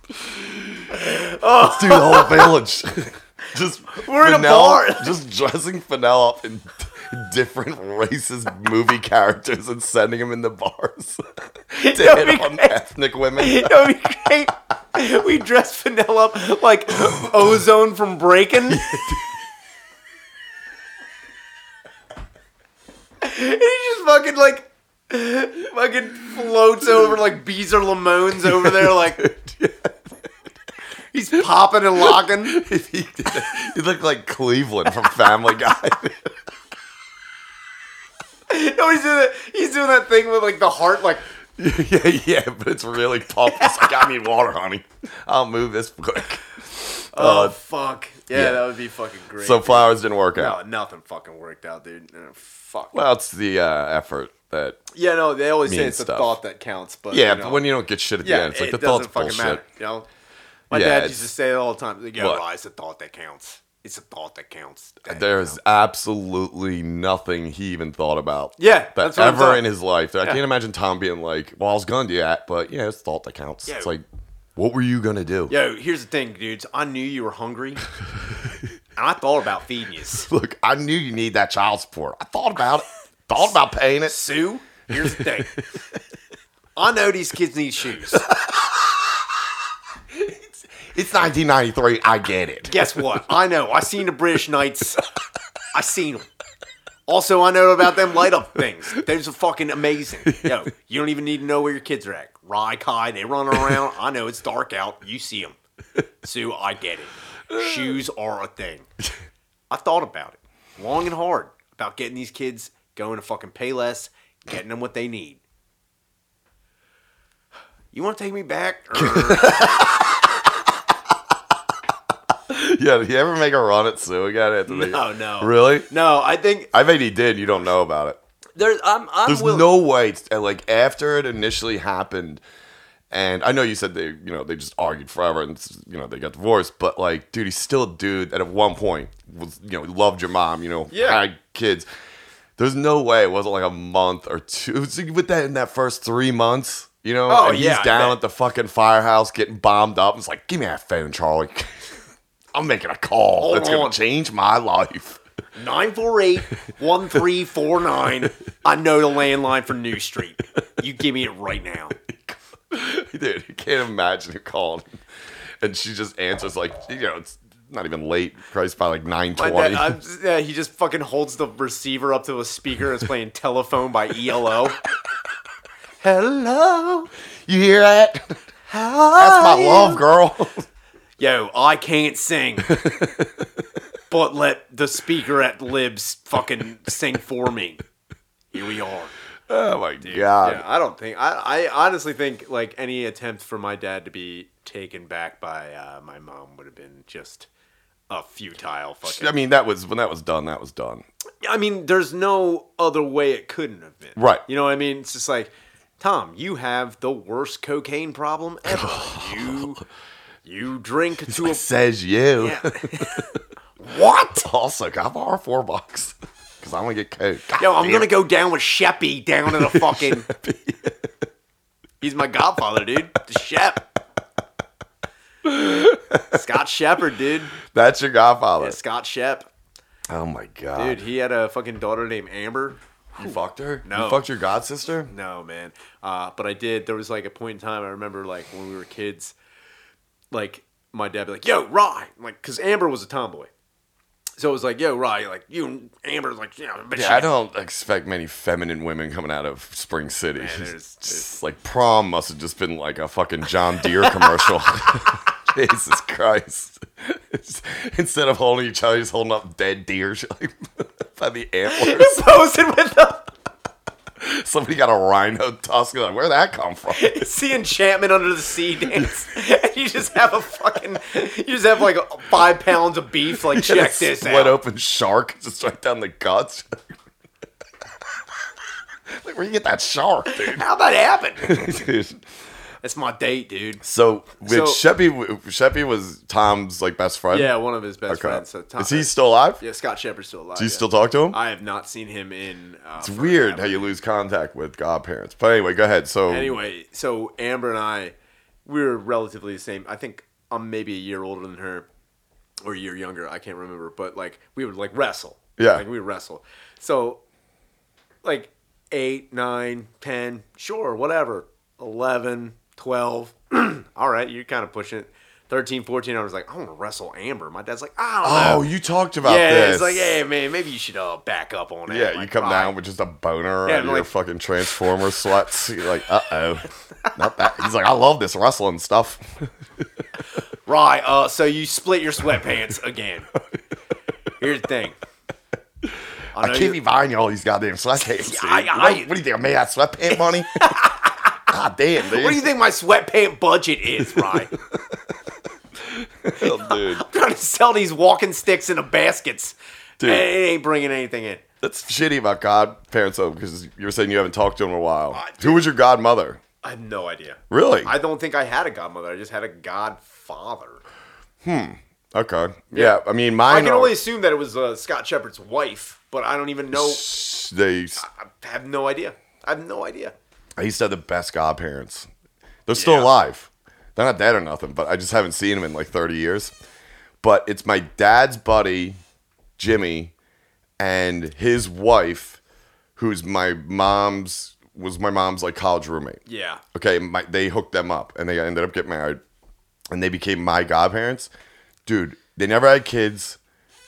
Speaker 2: Let's do the whole village. just
Speaker 1: We're in a
Speaker 2: Fennell-
Speaker 1: bar.
Speaker 2: Just dressing Fennell up in different racist movie characters and sending him in the bars to
Speaker 1: That'd
Speaker 2: hit
Speaker 1: be
Speaker 2: on
Speaker 1: great.
Speaker 2: ethnic women.
Speaker 1: That would be great. We dressed Vanilla up like Ozone from Breaking. and he just fucking like fucking floats over like Beezer Lamones over there like he's popping and locking.
Speaker 2: If he, did that, he looked like Cleveland from Family Guy.
Speaker 1: No, he's doing that, he's doing that thing with like the heart like
Speaker 2: yeah, yeah, but it's really pumped. It's like, I need water, honey. I'll move this quick.
Speaker 1: oh
Speaker 2: Uh,
Speaker 1: fuck. Yeah,
Speaker 2: yeah.
Speaker 1: that would be fucking great.
Speaker 2: so flowers didn't work out.
Speaker 1: no, nothing fucking worked out, dude. Uh, Fuck.
Speaker 2: Well, it's the uh, effort that.
Speaker 1: Yeah, no, they always say
Speaker 2: mean
Speaker 1: it's the
Speaker 2: stuff.
Speaker 1: thought that counts, but
Speaker 2: Yeah,
Speaker 1: you know,
Speaker 2: but when you don't get shit at the end, it's like
Speaker 1: it
Speaker 2: the
Speaker 1: doesn't
Speaker 2: thought's
Speaker 1: fucking
Speaker 2: bullshit.
Speaker 1: matter. You know, my
Speaker 2: Yeah,
Speaker 1: dad
Speaker 2: it's-
Speaker 1: used to say it all the time. Like, yeah,
Speaker 2: What?
Speaker 1: well, it's the thought that counts. It's the thought that counts. Dang,
Speaker 2: There
Speaker 1: you
Speaker 2: is
Speaker 1: know.
Speaker 2: absolutely nothing he even thought about.
Speaker 1: Yeah,
Speaker 2: that
Speaker 1: that's what I'm
Speaker 2: ever
Speaker 1: saying.
Speaker 2: in his life. I
Speaker 1: Yeah.
Speaker 2: can't imagine Tom being like, "Well, I was gonna do that, but yeah, it's thought that counts."
Speaker 1: Yeah.
Speaker 2: It's like, what were you gonna do?
Speaker 1: Yo, here's the thing, dudes. I knew you were hungry, and I thought about feeding you.
Speaker 2: Look, I knew you need that child support. I thought about it. thought about paying it.
Speaker 1: Sue, here's the thing. I know these kids need shoes.
Speaker 2: It's 1993. I get it.
Speaker 1: Guess what? I know. I seen the British Knights. I seen them. Also, I know about them light up things. Those are fucking amazing. Yo, you don't even need to know where your kids are at. Rye Kai, they run around. I know it's dark out. You see them. Sue, I get it. Shoes are a thing. I thought about it long and hard about getting these kids going to fucking pay less, getting them what they need. You want to take me back?
Speaker 2: Yeah, did he ever make a run at Sue again? At the
Speaker 1: No, no.
Speaker 2: Really?
Speaker 1: no, I think
Speaker 2: I bet he did. You don't know about it.
Speaker 1: there's. I'm. I'm
Speaker 2: There's
Speaker 1: willing.
Speaker 2: no way. It's, and, like after it initially happened, and I know you said they, you know, they just argued forever, and you know they got divorced. But like, dude, he's still a dude that at one point was, you know, loved your mom. You know,
Speaker 1: Yeah.
Speaker 2: had kids. There's no way it wasn't like a month or two. It was with that in that first three months, you know,
Speaker 1: Oh,
Speaker 2: and he's
Speaker 1: yeah, I
Speaker 2: down
Speaker 1: bet.
Speaker 2: at the fucking firehouse getting bombed up. It's like, give me that phone, Charlie. I'm making a call
Speaker 1: Hold
Speaker 2: that's gonna
Speaker 1: on.
Speaker 2: change my life.
Speaker 1: 948-1349. I know the landline for New Street. You give me it right now.
Speaker 2: Dude, I can't imagine who called. And she just answers like, you know, it's not even late. Christ, by like nine
Speaker 1: My
Speaker 2: twenty.
Speaker 1: dad- I'm just- yeah, he just fucking holds the receiver up to a speaker and is playing Telephone by E ELO. Hello.
Speaker 2: You hear that? That's
Speaker 1: How
Speaker 2: my
Speaker 1: are you?
Speaker 2: love, girl.
Speaker 1: Yo, I can't sing. but let the speaker at Libs fucking sing for me. Here we are.
Speaker 2: oh my god.
Speaker 1: Yeah, I don't think. I, I honestly think like any attempt for my dad to be taken back by uh, my mom would have been just a futile fucking.
Speaker 2: I mean, that was when that was done. That was done.
Speaker 1: I mean, there's no other way it couldn't have been.
Speaker 2: Right.
Speaker 1: You know what I mean? It's just like, Tom, you have the worst cocaine problem ever. you you drink to a
Speaker 2: Says you.
Speaker 1: yeah.
Speaker 2: What? Also, can I borrow four bucks? Because I'm gonna get coke. God
Speaker 1: Yo, I'm
Speaker 2: damn
Speaker 1: gonna
Speaker 2: it.
Speaker 1: go down with Sheppy down to the fucking. He's my godfather, dude. The Shep. Scott Shepard, dude.
Speaker 2: That's your godfather.
Speaker 1: Yeah, Scott Shep.
Speaker 2: Oh my god,
Speaker 1: Dude, he had a fucking daughter named Amber.
Speaker 2: you fucked her.
Speaker 1: No.
Speaker 2: you fucked your god sister.
Speaker 1: No, man. Uh, but I did. There was like a point in time I remember, like when we were kids, like my dad be like, "Yo, Rye," like because Amber was a tomboy, so it was like, "Yo, Rye," like you, and Amber's like, "Yeah, bitch,
Speaker 2: Yeah, I don't expect many feminine women coming out of Spring City.
Speaker 1: there's-
Speaker 2: Just, like prom must have just been like a fucking John Deere commercial. Jesus Christ! It's- Instead of holding each other, he's holding up dead deer like, by the antlers.
Speaker 1: posing with the
Speaker 2: Somebody got a rhino tusk. Like, where'd that come from?
Speaker 1: it's the enchantment under the sea dance, and you just have a fucking, you just have like five pounds of beef. Like, check this
Speaker 2: Split
Speaker 1: out.
Speaker 2: open shark just right down the guts. like, where you get that shark, dude?
Speaker 1: How'd that happen?
Speaker 2: Dude.
Speaker 1: That's my date, dude.
Speaker 2: So, with
Speaker 1: So-
Speaker 2: Sheppy, Sheppy was Tom's like best friend.
Speaker 1: Yeah, one of his best friends. So Tom,
Speaker 2: Is he still alive?
Speaker 1: yeah, Scott Shepard's still alive.
Speaker 2: Do you
Speaker 1: yeah.
Speaker 2: still talk to him?
Speaker 1: I have not seen him in. Uh,
Speaker 2: it's weird how you lose contact with godparents. But anyway, go ahead. So,
Speaker 1: Anyway, so Amber and I, we were relatively the same. I think I'm maybe a year older than her, or a year younger. I can't remember, but like we would like wrestle.
Speaker 2: Yeah.
Speaker 1: like we would wrestle. So, like eight, nine, ten, sure, whatever. 11, 12. All right, you're kind of pushing it. 13, 14, I was like, I want to wrestle Amber. My dad's like, I don't know.
Speaker 2: oh, you talked about
Speaker 1: yeah,
Speaker 2: this.
Speaker 1: it's like, hey man, maybe you should uh, back up on that.
Speaker 2: Yeah, you
Speaker 1: Like,
Speaker 2: come
Speaker 1: "All right."
Speaker 2: down with just a boner
Speaker 1: Yeah,
Speaker 2: and your
Speaker 1: like-
Speaker 2: fucking Transformer sluts. You're like, uh oh. Not that. He's like, I love this wrestling stuff.
Speaker 1: Right, uh, so you split your sweatpants again. Here's the thing.
Speaker 2: I
Speaker 1: know
Speaker 2: can't
Speaker 1: you-
Speaker 2: be buying you all these goddamn sweatpants. dude.
Speaker 1: I-
Speaker 2: You know-
Speaker 1: I-
Speaker 2: what do you think? I made out of sweatpant money? God damn, dude.
Speaker 1: What do you think my sweatpant budget is, Rye? I'm
Speaker 2: think? dude.
Speaker 1: trying to sell these walking sticks in the baskets.
Speaker 2: Dude.
Speaker 1: And it ain't bringing anything in.
Speaker 2: That's shitty about godparents, though, because you were saying you haven't talked to him in a while. Who was your godmother?
Speaker 1: I have no idea.
Speaker 2: Really?
Speaker 1: Uh, I don't think I had a godmother. I just had a godfather.
Speaker 2: okay. Yeah. I mean,
Speaker 1: I,
Speaker 2: mine.
Speaker 1: can
Speaker 2: are-
Speaker 1: only assume that it was uh, Scott Shepherd's wife, but I don't even know.
Speaker 2: They.
Speaker 1: I have no idea. I have no idea.
Speaker 2: I used to have the best godparents. They're still
Speaker 1: Yeah.
Speaker 2: alive. They're not dead or nothing, but I just haven't seen them in like 30 years. But it's my dad's buddy, Jimmy, and his wife, who's my mom's was my mom's like college roommate.
Speaker 1: Yeah.
Speaker 2: Okay, my, they hooked them up and they ended up getting married, and they became my godparents. Dude, they never had kids.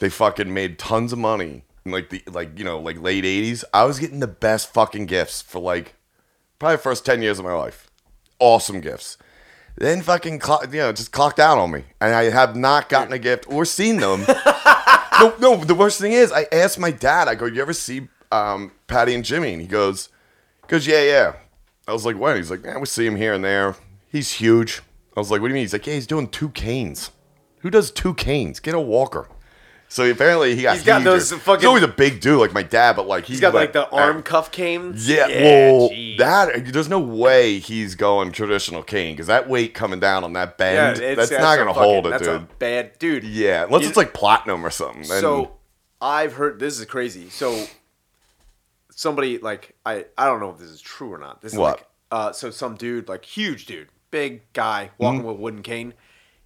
Speaker 2: They fucking made tons of money in like the like you know like late eighties. I was getting the best fucking gifts for like probably the first ten years of my life. Awesome gifts. Then fucking clock, you know just clocked out on me, and I have not gotten a gift or seen them. no, no. The worst thing is, I asked my dad. I go, "You ever see um, Patty and Jimmy?" And he goes, he "Goes, yeah, yeah." I was like, "When?" He's like, "Man, we see him here and there. He's huge." I was like, "What do you mean?" He's like, "Yeah, he's doing two canes. Who does two canes? Get a walker." So apparently he got
Speaker 1: He's got
Speaker 2: huger.
Speaker 1: those fucking-
Speaker 2: He's always a big dude like my dad, but like he
Speaker 1: He's got like the
Speaker 2: went-
Speaker 1: arm cuff canes.
Speaker 2: yeah, well,
Speaker 1: geez.
Speaker 2: that there's no way he's going traditional cane because that weight coming down on that
Speaker 1: Yeah,
Speaker 2: bend,
Speaker 1: it's-
Speaker 2: that's, not
Speaker 1: a
Speaker 2: gonna
Speaker 1: fucking-
Speaker 2: hold it,
Speaker 1: that's
Speaker 2: dude.
Speaker 1: a bad dude.
Speaker 2: yeah, unless
Speaker 1: You-
Speaker 2: it's like platinum or something. then-
Speaker 1: So I've heard this is crazy. So somebody like I I don't know if this is true or not. This is
Speaker 2: What?
Speaker 1: like uh so some dude like huge dude, big guy walking
Speaker 2: Mm-hmm.
Speaker 1: with a wooden cane.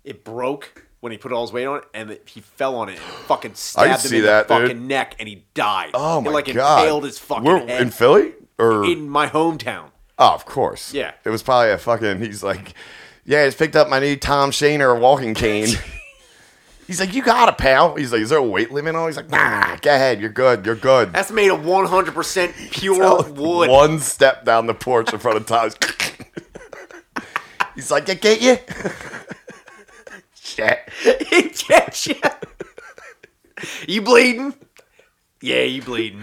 Speaker 1: It broke when he put all his weight on it, and it, he fell on it and fucking stabbed him
Speaker 2: see
Speaker 1: in
Speaker 2: that,
Speaker 1: the
Speaker 2: dude.
Speaker 1: fucking neck, and he died.
Speaker 2: oh my
Speaker 1: it, like,
Speaker 2: god,
Speaker 1: impaled his fucking
Speaker 2: We're
Speaker 1: head
Speaker 2: in Philly or
Speaker 1: in my hometown.
Speaker 2: oh, of course,
Speaker 1: Yeah.
Speaker 2: It was probably a fucking. He's like, yeah, I just picked up my new Tom Shaner walking cane. he's like, you got a pal. He's like, is there a weight limit on? it?" He's like, nah, go ahead, you're good, you're good.
Speaker 1: That's made of 100% pure
Speaker 2: out
Speaker 1: wood.
Speaker 2: One step down the porch in front of Tom's. He's like, I get you. Shit.
Speaker 1: Injection. you bleeding? Yeah, you bleeding.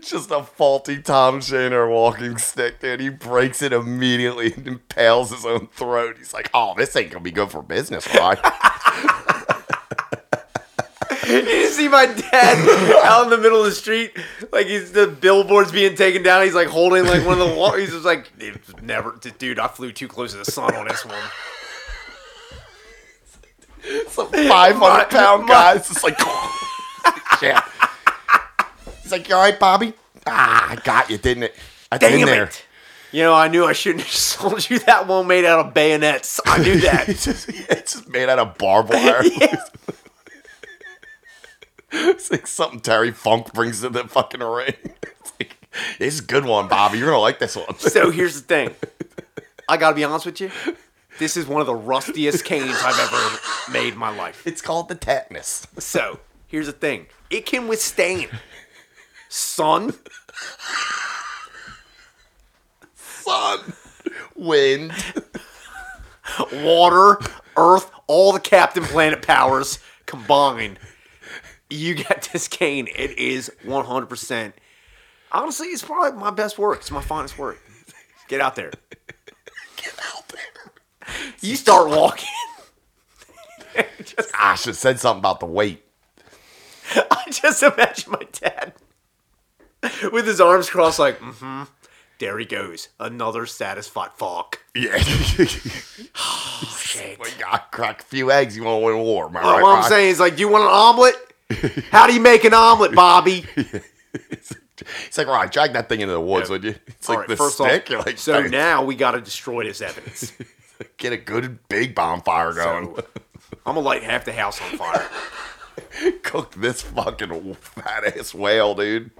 Speaker 2: Just a faulty Tom Shaner walking stick, dude. He breaks it immediately and impales his own throat. He's like, oh, this ain't gonna be good for business, right?
Speaker 1: You just see my dad out in the middle of the street, like he's the billboard's being taken down. He's like holding like one of the wall. He's just like, "It's never, dude. I flew too close to the sun on this one.
Speaker 2: Some 500 pound
Speaker 1: my-
Speaker 2: guy. It's just like, yeah. He's like, you all right, Bobby? Ah, I got you, didn't it? I
Speaker 1: Damn
Speaker 2: been
Speaker 1: it.
Speaker 2: there.
Speaker 1: You know, I knew I shouldn't have sold you that one made out of bayonets. I knew that.
Speaker 2: it's, just, it's just made out of barbed wire. it's like something Terry Funk brings to the fucking ring. It's like, this is a good one, Bobby. You're going to like this one.
Speaker 1: so here's the thing. I gotta be honest with you. This is one of the rustiest canes I've ever made in my life.
Speaker 2: It's called the tetanus.
Speaker 1: So here's the thing. It can withstand sun,
Speaker 2: Sun, wind,
Speaker 1: water, earth, all the Captain Planet powers combined. You got this cane. It is 100%. Honestly, it's probably my best work. It's my finest work. Get out there.
Speaker 2: out there.
Speaker 1: You start walking. just,
Speaker 2: I should have said something about the weight.
Speaker 1: I just imagine my dad with his arms crossed, like, mm hmm. There he goes. Another satisfied fuck.
Speaker 2: Yeah.
Speaker 1: Oh, shit.
Speaker 2: Well, you gotta crack a few eggs, you won't win a war. Am I right,
Speaker 1: what I'm
Speaker 2: Bob?
Speaker 1: saying is, like, you want an omelet? How do you make an omelet, Bobby?
Speaker 2: It's like, all right, drag that thing into the woods,
Speaker 1: Yeah.
Speaker 2: would you? It's
Speaker 1: All
Speaker 2: like
Speaker 1: right,
Speaker 2: the stick.
Speaker 1: off,
Speaker 2: You're like,
Speaker 1: so
Speaker 2: "Dude,
Speaker 1: now we got to destroy this evidence.
Speaker 2: get a good big bonfire going.
Speaker 1: So, I'm gonna light half the house on fire.
Speaker 2: Cook this fucking fat ass whale, dude.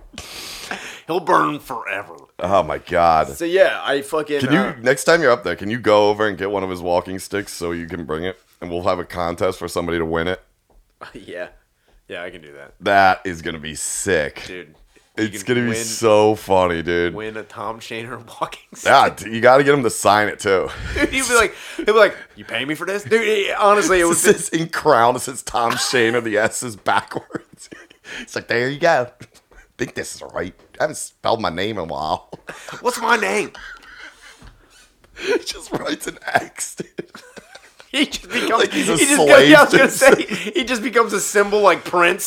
Speaker 1: He'll burn forever.
Speaker 2: Oh my god.
Speaker 1: So yeah, I fucking.
Speaker 2: Can
Speaker 1: uh,
Speaker 2: you next time you're up there? Can you go over and get one of his walking sticks so you can bring it, and we'll have a contest for somebody to win it.
Speaker 1: uh, yeah, yeah, I can do that,
Speaker 2: That is gonna be sick.
Speaker 1: dude. you
Speaker 2: it's
Speaker 1: can
Speaker 2: gonna be
Speaker 1: win,
Speaker 2: so funny, dude.
Speaker 1: win a Tom Shaner walking.
Speaker 2: Yeah, d- you got to get him to sign it too.
Speaker 1: dude, he'd be like, he'd be like, "You pay me for this, dude." it- honestly, it
Speaker 2: It
Speaker 1: was.
Speaker 2: says in crown. It says Tom Shane, or the S is backwards. It's like there you go. I think this is right. I haven't spelled my name in a while.
Speaker 1: What's my name?
Speaker 2: He just writes an X. dude.
Speaker 1: He just becomes.
Speaker 2: Like he's a
Speaker 1: he just
Speaker 2: slave
Speaker 1: goes, yeah, I was gonna
Speaker 2: to-
Speaker 1: say, he just becomes a symbol like Prince.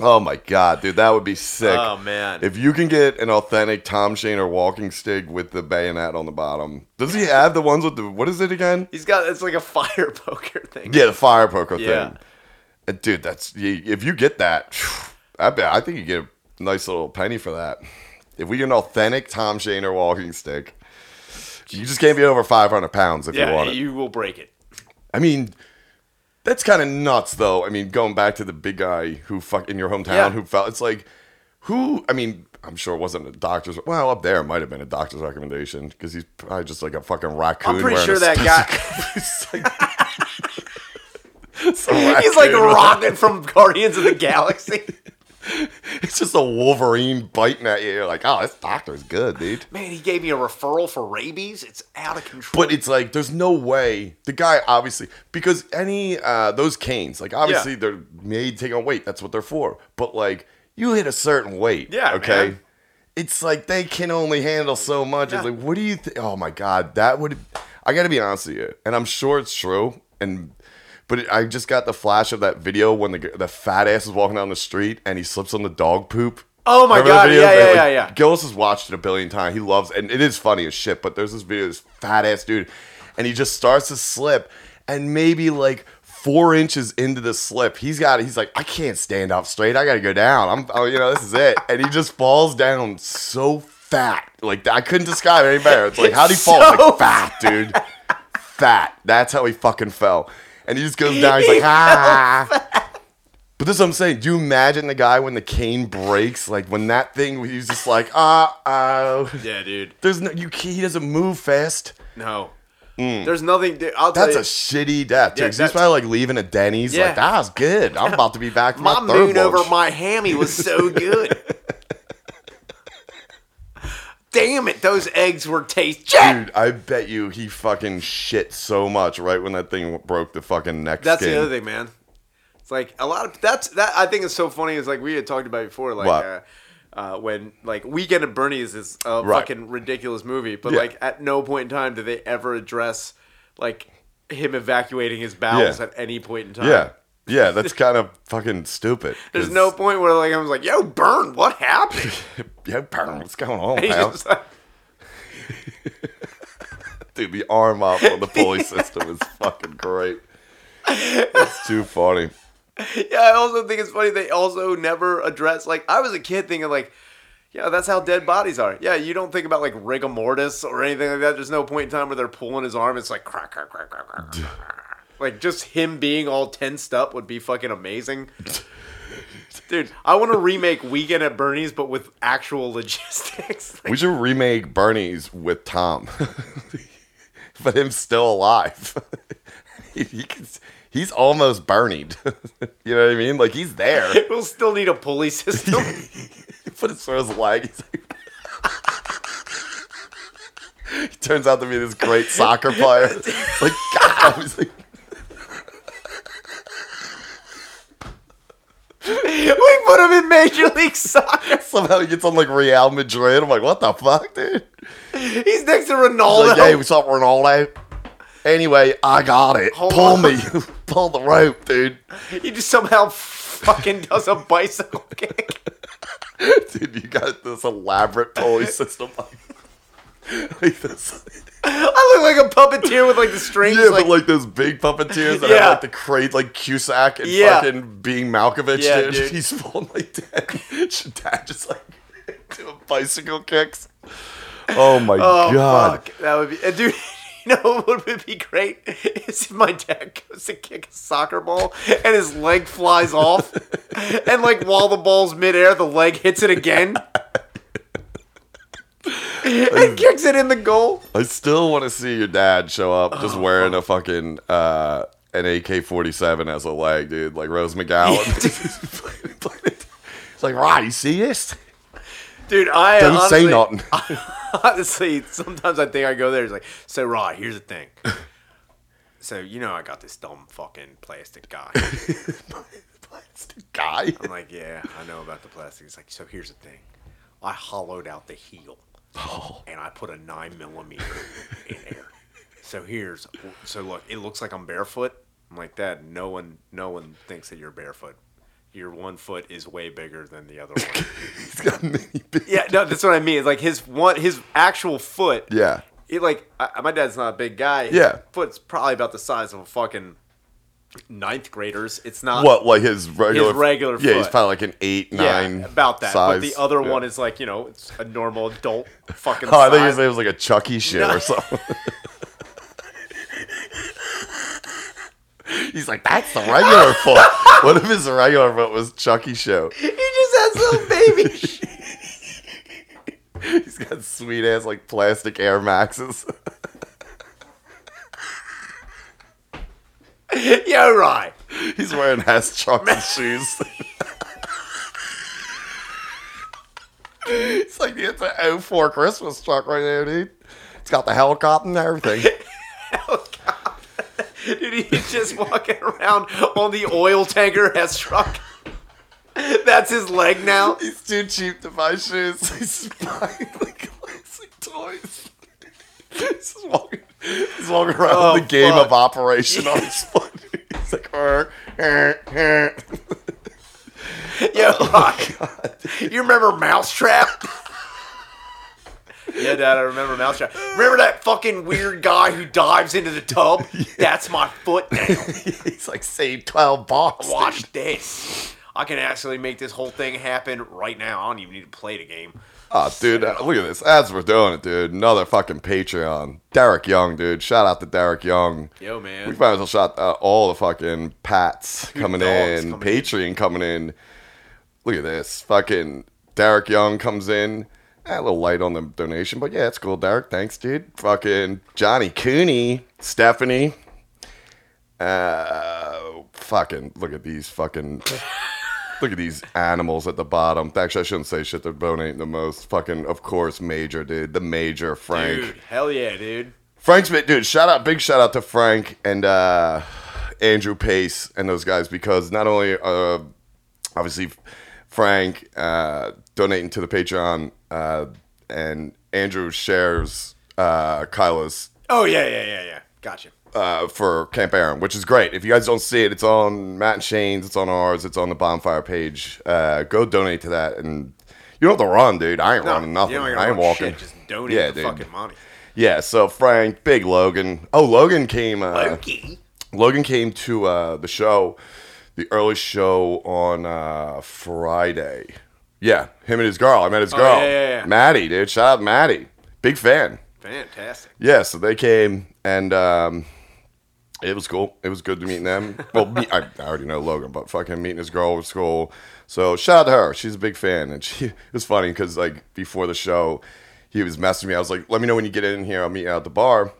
Speaker 2: Oh my god, dude, that would be sick.
Speaker 1: oh man,
Speaker 2: If you can get an authentic Tom Shane or walking stick with the bayonet on the bottom, does he have the ones with the what is it again?
Speaker 1: he's got it's like a fire poker thing.
Speaker 2: Yeah, the fire poker
Speaker 1: Yeah.
Speaker 2: thing. Uh, Dude, that's y- if you get that, I bet I think you get a nice little penny for that. If we get an authentic Tom Shaner walking stick, you just can't be over 500 pounds if you
Speaker 1: yeah,
Speaker 2: want it.
Speaker 1: you will break it.
Speaker 2: I mean, that's kind of nuts, though. I mean, going back to the big guy who fuck in your hometown
Speaker 1: Yeah.
Speaker 2: who fell. It's like who? I mean, I'm sure it wasn't a doctor's. Well, up there it might have been a doctor's recommendation because he's probably just like a fucking raccoon.
Speaker 1: I'm pretty
Speaker 2: wearing
Speaker 1: sure
Speaker 2: a
Speaker 1: that
Speaker 2: specific-
Speaker 1: guy.
Speaker 2: It's like- it's a
Speaker 1: He's like a
Speaker 2: raccoon with-
Speaker 1: rocket from Guardians of the Galaxy.
Speaker 2: It's just a Wolverine biting at you. You're like, oh, this doctor's good, dude.
Speaker 1: Man, he gave me a referral for rabies. It's out of control.
Speaker 2: But it's like, there's no way the guy obviously because any uh those canes, like obviously they're made to take on weight. That's what they're for. But like, you hit a certain weight,
Speaker 1: Yeah,
Speaker 2: okay.
Speaker 1: man.
Speaker 2: It's like they can only handle so much. It's
Speaker 1: Yeah.
Speaker 2: like, what do you think? Oh my god, that would. I got to be honest with you, and I'm sure it's true. And but it, I just got the flash of that video when the g- the fat ass is walking down the street and he slips on the dog poop.
Speaker 1: Oh my
Speaker 2: the
Speaker 1: God,
Speaker 2: video?
Speaker 1: yeah,
Speaker 2: They,
Speaker 1: yeah, yeah, yeah.
Speaker 2: Gillis has watched it a billion times. He loves, and it is funny as shit. But there's this video, this fat ass dude, and he just starts to slip, and maybe like four inches into the slip, he's got, he's like, I can't stand up straight. I gotta go down. I'm, oh, you know, this is it. And he just falls down so fat, like I couldn't describe it any better. It's like how would he fall? It's
Speaker 1: So
Speaker 2: like fat, dude, fat. That's how he fucking fell. And he just goes down. He's like, ah. But this is what I'm saying. Do you imagine the guy when the cane breaks? Like when that thing, he's just like, ah, uh,
Speaker 1: yeah, dude.
Speaker 2: there's no, you. can't- He doesn't move fast.
Speaker 1: No. There's nothing. dude, I'll tell
Speaker 2: Mm. That's a
Speaker 1: you.
Speaker 2: shitty death, dude.
Speaker 1: Yeah,
Speaker 2: 'Cause
Speaker 1: that's-
Speaker 2: he's probably like leaving a Denny's.
Speaker 1: Yeah.
Speaker 2: Like that was good. I'm about to be back for
Speaker 1: my
Speaker 2: my,
Speaker 1: moon
Speaker 2: third one.
Speaker 1: over my hammy was so good. Damn it, those eggs were taste. Jack!
Speaker 2: Dude, I bet you he fucking shit so much right when that thing broke the fucking neck
Speaker 1: That's
Speaker 2: skin.
Speaker 1: the other thing, man. It's like a lot of that's that I think is so funny is like we had talked about before, like
Speaker 2: What?
Speaker 1: uh uh, when like Weekend at Bernie's is a
Speaker 2: Right.
Speaker 1: fucking ridiculous movie, but
Speaker 2: Yeah.
Speaker 1: like at no point in time did they ever address like him evacuating his bowels
Speaker 2: Yeah.
Speaker 1: at any point in time.
Speaker 2: Yeah, yeah. That's kind of fucking stupid.
Speaker 1: There's
Speaker 2: 'cause-
Speaker 1: no point where like I was like, "Yo, burn! What happened?"
Speaker 2: Yeah, pal, what's going on,
Speaker 1: He's
Speaker 2: pal?
Speaker 1: just like-
Speaker 2: Dude, the arm up on the pulley system is fucking great. It's too funny.
Speaker 1: Yeah, I also think it's funny they also never address like I was a kid thinking like, yeah, that's how dead bodies are. Yeah, you don't think about like rigor mortis or anything like that. There's no point in time where they're pulling his arm. It's like crack, crack, crack, crack, crack. crack. Like just him being all tensed up would be fucking amazing. Dude, I want to remake Weekend at Bernie's, but with actual logistics.
Speaker 2: We should remake Bernie's with Tom, but him still alive. he, he can, he's almost Bernied. you know what I mean? Like he's there.
Speaker 1: we'll still need a pulley system.
Speaker 2: But it's sort of leg. He's like, he turns out to be this great soccer player. It's like God, I was like,
Speaker 1: we put him in Major League Soccer.
Speaker 2: somehow he gets on like Real Madrid. I'm like, what the fuck, dude?
Speaker 1: He's next to
Speaker 2: He's
Speaker 1: Ronaldo.
Speaker 2: like, hey, what's up, Ronaldo? Anyway, I got it.
Speaker 1: Hold
Speaker 2: Pull
Speaker 1: on.
Speaker 2: me, pull the rope, dude.
Speaker 1: He just somehow fucking does a bicycle kick.
Speaker 2: Dude, you got this elaborate pulley system. Like, like this.
Speaker 1: I look like a puppeteer with like the strings.
Speaker 2: Yeah,
Speaker 1: like,
Speaker 2: but like those big puppeteers that
Speaker 1: Yeah.
Speaker 2: have like the crate, like Cusack and
Speaker 1: Yeah.
Speaker 2: fucking being Malkovich,
Speaker 1: Yeah,
Speaker 2: dude.
Speaker 1: dude.
Speaker 2: He's falling like dad. dad just like doing bicycle kicks. Oh my
Speaker 1: oh
Speaker 2: god.
Speaker 1: fuck, that would be. And dude, you know what would be great is if my dad goes to kick a soccer ball and his leg flies off, and like while the ball's midair, the leg hits it again. and kicks it in the goal.
Speaker 2: I still want to see your dad show up just wearing a fucking uh an AK forty seven as a leg, dude. Like Rose McGowan. it's like, Rod, you see this?
Speaker 1: Dude, I
Speaker 2: Don't
Speaker 1: honestly,
Speaker 2: say nothing.
Speaker 1: honestly, sometimes I think I go there. It's like, so Rod, here's the thing. So you know I got this dumb fucking plastic guy.
Speaker 2: Guy.
Speaker 1: I'm like, yeah, I know about the plastic. It's like, so here's the thing. I hollowed out the heel and I put a nine millimeter in there. So here's, so look, it looks like I'm barefoot. I'm like, Dad, no one, no one thinks that you're barefoot. Your one foot is way bigger than the other one.
Speaker 2: He's got mini big-
Speaker 1: yeah, no, that's what I mean. It's like his one, his actual foot.
Speaker 2: Yeah.
Speaker 1: It like I, my dad's not a big guy. His
Speaker 2: Yeah.
Speaker 1: foot's probably about the size of a fucking ninth grader's. It's not
Speaker 2: What like his regular
Speaker 1: regular
Speaker 2: Yeah, he's
Speaker 1: foot.
Speaker 2: probably like an eight nine
Speaker 1: yeah, about that. But
Speaker 2: Size.
Speaker 1: the other
Speaker 2: Yeah.
Speaker 1: one is like you know it's a normal adult fucking
Speaker 2: Oh, I think
Speaker 1: size.
Speaker 2: his name was like a Chucky shit
Speaker 1: No.
Speaker 2: or something. he's like that's the regular foot. What if his regular foot was Chucky show?
Speaker 1: he just has little baby. sh-
Speaker 2: He's got sweet ass like plastic Air Maxes.
Speaker 1: yeah, right.
Speaker 2: He's wearing Hess chocolate shoes. it's like it's an 04 Christmas truck right there, dude. It's got the helicopter and everything.
Speaker 1: Dude, he's just walking around on the oil tanker has truck. That's his leg now.
Speaker 2: He's too cheap to buy shoes. He's buying like classic toys. he's just walking, he's walking around
Speaker 1: Oh,
Speaker 2: with the game
Speaker 1: fuck.
Speaker 2: of operation on his foot. He's like, "Er, er, er."
Speaker 1: Yeah, right. You remember Mousetrap? yeah, Dad, I remember Mousetrap. Remember that fucking weird guy who dives into the tub? That's my foot now.
Speaker 2: he's like, save 12 bucks.
Speaker 1: Watch this. I can actually make this whole thing happen right now. I don't even need to play the game.
Speaker 2: Oh, dude, uh, look at this. As we're doing it, dude, another fucking Patreon. Derek Young, dude. Shout out to Derek Young.
Speaker 1: Yo,
Speaker 2: We
Speaker 1: man.
Speaker 2: might as well shout out all the fucking Pats coming
Speaker 1: dogs
Speaker 2: in,
Speaker 1: coming in.
Speaker 2: Patreon coming in. Look at this. Fucking Derek Young comes in. Eh, A little light on the donation, but yeah, it's cool, Derek. Thanks, dude. Fucking Johnny Cooney, Stephanie. Uh, fucking look at these fucking look at these animals at the bottom. Actually, I shouldn't say shit. They're donating the most. Fucking, of course, Major, dude. The Major, Frank.
Speaker 1: Dude, hell yeah, dude.
Speaker 2: Frank's been, dude, shout out, big shout out to Frank and uh, Andrew Pace and those guys because not only uh, obviously Frank uh, donating to the Patreon uh, and Andrew shares uh, Kyla's
Speaker 1: Oh, yeah, yeah, yeah, yeah. Gotcha.
Speaker 2: uh, for Camp Aaron, which is great. If you guys don't see it, it's on Matt and Shane's, it's on ours, it's on the Bonfire page. Uh, go donate to that and you don't have to run, dude. I ain't
Speaker 1: No,
Speaker 2: running nothing.
Speaker 1: you don't gotta
Speaker 2: I ain't
Speaker 1: run
Speaker 2: walking.
Speaker 1: shit, Just donate
Speaker 2: Yeah,
Speaker 1: the
Speaker 2: dude.
Speaker 1: fucking money.
Speaker 2: Yeah, so Frank, big Logan. Oh, Logan came. Uh,
Speaker 1: Okay.
Speaker 2: Logan came to uh, the show, the early show on uh, Friday. Yeah, him and his girl. I met his girl,
Speaker 1: Oh, yeah, yeah, yeah.
Speaker 2: Maddie, dude. Shout out Maddie, big fan.
Speaker 1: Fantastic.
Speaker 2: Yeah, so they came and um, it was cool. It was good to meet them. Well, me, I, I already know Logan, but fucking meeting his girl was cool. So shout out to her. She's a big fan, and she it was funny because like before the show, he was messaging me. I was like, "Let me know when you get in here. I'll meet you out at the bar."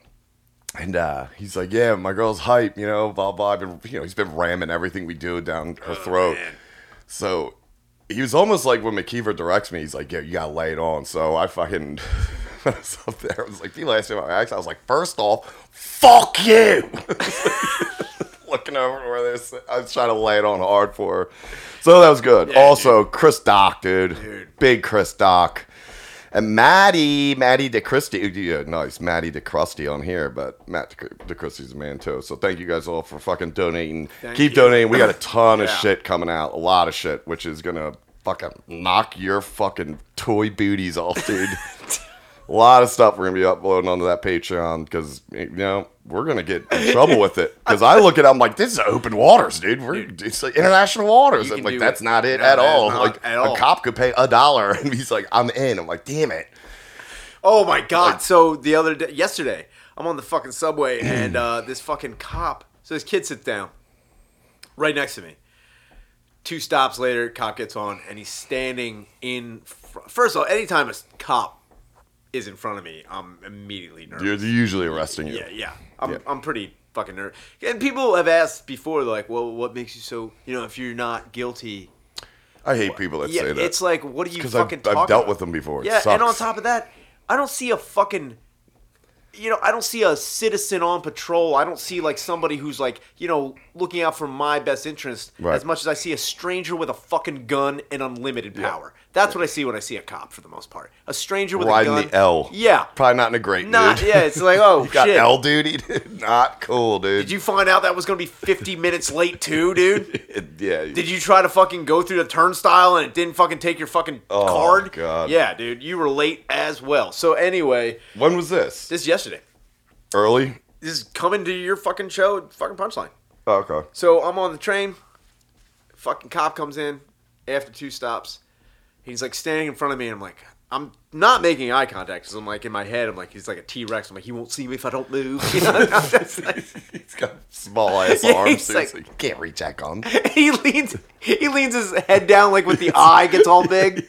Speaker 2: And uh, he's like, "Yeah, my girl's hype, you know, blah blah." I've been, you know, he's been ramming everything we do down her throat.
Speaker 1: man.
Speaker 2: So he was almost like when McKeever directs me, he's like, "Yeah, you gotta lay it on." So I fucking when I was up there. I was like, "People asked me about my accent." I was like, first off, fuck you." Looking over to where they're, sit- I was trying to lay it on hard for her. So that was good. also, Chris Doc, dude.
Speaker 1: Dude.
Speaker 2: big Chris Doc. And Maddie, Maddie DeChristi, uh, yeah, nice, Maddie DeCrusty on here, but Matt DeC- DeChristy's a man too. So thank you guys all for fucking donating.
Speaker 1: Thank
Speaker 2: Keep
Speaker 1: you.
Speaker 2: donating. We got a ton of
Speaker 1: Yeah.
Speaker 2: shit coming out, a lot of shit, which is gonna fucking knock your fucking toy booties off, dude. a lot of stuff we're gonna be uploading onto that Patreon because you know we're gonna get in trouble with it. Because I look at, it, I'm like, this is open waters, dude. We're it's like international waters.
Speaker 1: You
Speaker 2: I'm
Speaker 1: can
Speaker 2: like,
Speaker 1: do
Speaker 2: that's
Speaker 1: it.
Speaker 2: not it
Speaker 1: No,
Speaker 2: at
Speaker 1: that is
Speaker 2: all.
Speaker 1: not
Speaker 2: Like
Speaker 1: at
Speaker 2: a
Speaker 1: all.
Speaker 2: cop could pay a dollar, and he's like, I'm in. I'm like, damn it.
Speaker 1: Oh my god! so the other day, yesterday, I'm on the fucking subway and uh, this fucking cop. So this kid sits down, right next to me. Two stops later, cop gets on and he's standing in. Fr- First of all, anytime a s- cop is in front of me, I'm immediately nervous.
Speaker 2: You're usually arresting you.
Speaker 1: Yeah, yeah. I'm,
Speaker 2: Yeah.
Speaker 1: I'm pretty fucking nervous. And people have asked before, like, well, what makes you so, you know, if you're not guilty?
Speaker 2: I hate people that
Speaker 1: Yeah,
Speaker 2: say that.
Speaker 1: it's like, what are you
Speaker 2: 'cause I've-
Speaker 1: fucking
Speaker 2: I've
Speaker 1: talking
Speaker 2: dealt
Speaker 1: about?
Speaker 2: with them before. It
Speaker 1: Yeah, and on
Speaker 2: sucks.
Speaker 1: top of that, I don't see a fucking, you know, I don't see a citizen on patrol. I don't see, like, somebody who's, like, you know, looking out for my best interest
Speaker 2: Right.
Speaker 1: as much as I see a stranger with a fucking gun and unlimited power. That's what I see when I see a cop for the most part. A stranger with
Speaker 2: riding
Speaker 1: a gun.
Speaker 2: the L.
Speaker 1: Yeah.
Speaker 2: probably not in a great
Speaker 1: Not,
Speaker 2: mood.
Speaker 1: yeah, it's like, oh,
Speaker 2: you got
Speaker 1: shit.
Speaker 2: L duty, dude. Not cool, dude.
Speaker 1: Did you find out that was going to be 50 minutes late too, dude?
Speaker 2: yeah.
Speaker 1: Did you try to fucking go through the turnstile and it didn't fucking take your fucking
Speaker 2: Oh,
Speaker 1: card?
Speaker 2: God.
Speaker 1: Yeah, dude, you were late as well. So anyway,
Speaker 2: when was this?
Speaker 1: this is yesterday.
Speaker 2: Early.
Speaker 1: This is coming to your fucking show, fucking punchline.
Speaker 2: Oh, okay.
Speaker 1: So I'm on the train. Fucking cop comes in after two stops. He's like standing in front of me, and I'm like, I'm not making eye contact because I'm like in my head, I'm like, he's like a T Rex. I'm like, he won't see me if I don't move. You know? It's like-
Speaker 2: He's got small ass
Speaker 1: Yeah,
Speaker 2: arms.
Speaker 1: he's
Speaker 2: so
Speaker 1: like-
Speaker 2: he's like, can't reach that gun.
Speaker 1: he leans he leans his head down like with the eye gets all big.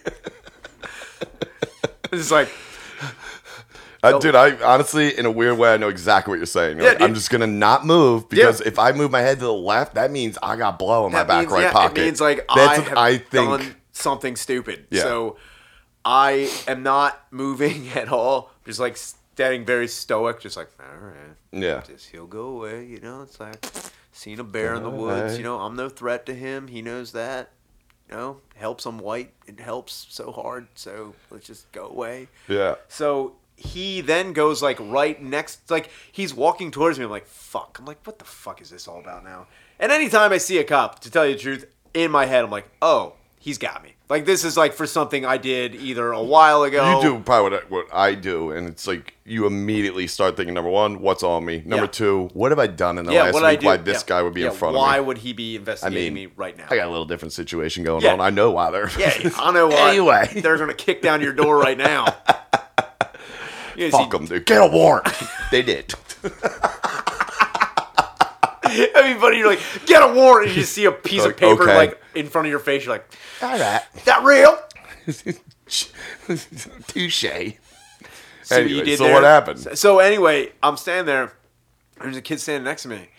Speaker 1: It's like
Speaker 2: Uh, dude, I honestly, in a weird way, I know exactly what you're saying. You're
Speaker 1: Yeah,
Speaker 2: like, I'm
Speaker 1: dude.
Speaker 2: just gonna not move
Speaker 1: Yeah.
Speaker 2: because if I move my head to the left, that means I got blow in my
Speaker 1: that
Speaker 2: back
Speaker 1: means,
Speaker 2: right
Speaker 1: yeah,
Speaker 2: pocket.
Speaker 1: It means like I
Speaker 2: That's
Speaker 1: have
Speaker 2: what I think.
Speaker 1: done something stupid.
Speaker 2: Yeah.
Speaker 1: So I am not moving at all. Just like standing very stoic, just like all right.
Speaker 2: Yeah.
Speaker 1: Just he'll go away, you know, it's like seen a bear in the woods,
Speaker 2: Alright.
Speaker 1: you know, I'm no threat to him. He knows that. You know, helps I'm white. It helps so hard. So let's just go away.
Speaker 2: Yeah.
Speaker 1: So he then goes like right next, like he's walking towards me. I'm like, fuck. I'm like, what the fuck is this all about now? And anytime I see a cop, to tell you the truth, in my head, I'm like, oh, he's got me. Like this is like for something I did either a while ago.
Speaker 2: You do probably what I, what I do, and it's like you immediately start thinking: number one, what's on me? Number
Speaker 1: Yeah.
Speaker 2: two, what have I done in the
Speaker 1: Yeah,
Speaker 2: last
Speaker 1: what
Speaker 2: week?
Speaker 1: I do.
Speaker 2: Why this
Speaker 1: yeah.
Speaker 2: guy would be in
Speaker 1: Yeah,
Speaker 2: front
Speaker 1: Why
Speaker 2: of me?
Speaker 1: would he be investigating me right now?
Speaker 2: I got a little different situation going
Speaker 1: Yeah.
Speaker 2: on. I know why they're.
Speaker 1: yeah, I know why.
Speaker 2: anyway,
Speaker 1: they're gonna kick down your door right now. You
Speaker 2: fuck them, dude. Get a warrant. they did.
Speaker 1: see- Everybody, you're like, get a warrant. And you see a piece of
Speaker 2: Like,
Speaker 1: paper
Speaker 2: okay.
Speaker 1: like in front of your face. You're like,
Speaker 2: All right.
Speaker 1: that real?
Speaker 2: Touche.
Speaker 1: See what you
Speaker 2: Anyway,
Speaker 1: did
Speaker 2: so
Speaker 1: there?
Speaker 2: what happened?
Speaker 1: So, so anyway, I'm standing there. There's a kid standing next to me,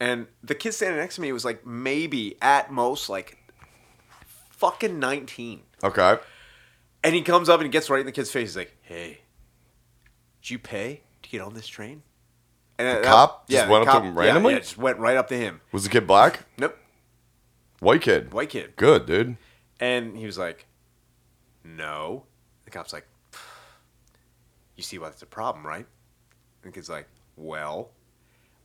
Speaker 1: and the kid standing next to me was like maybe at most like fucking 19.
Speaker 2: Okay.
Speaker 1: And he comes up and he gets right in the kid's face. He's like, "Hey, did you pay to get on this train?" And the
Speaker 2: cop just went up to him
Speaker 1: yeah,
Speaker 2: randomly?
Speaker 1: Yeah, just went right up to him.
Speaker 2: Was the kid black?
Speaker 1: Nope,
Speaker 2: White kid.
Speaker 1: white kid.
Speaker 2: Good, dude.
Speaker 1: And he was like, No. The cop's like, You see why that's a problem, right? And the kid's like, Well,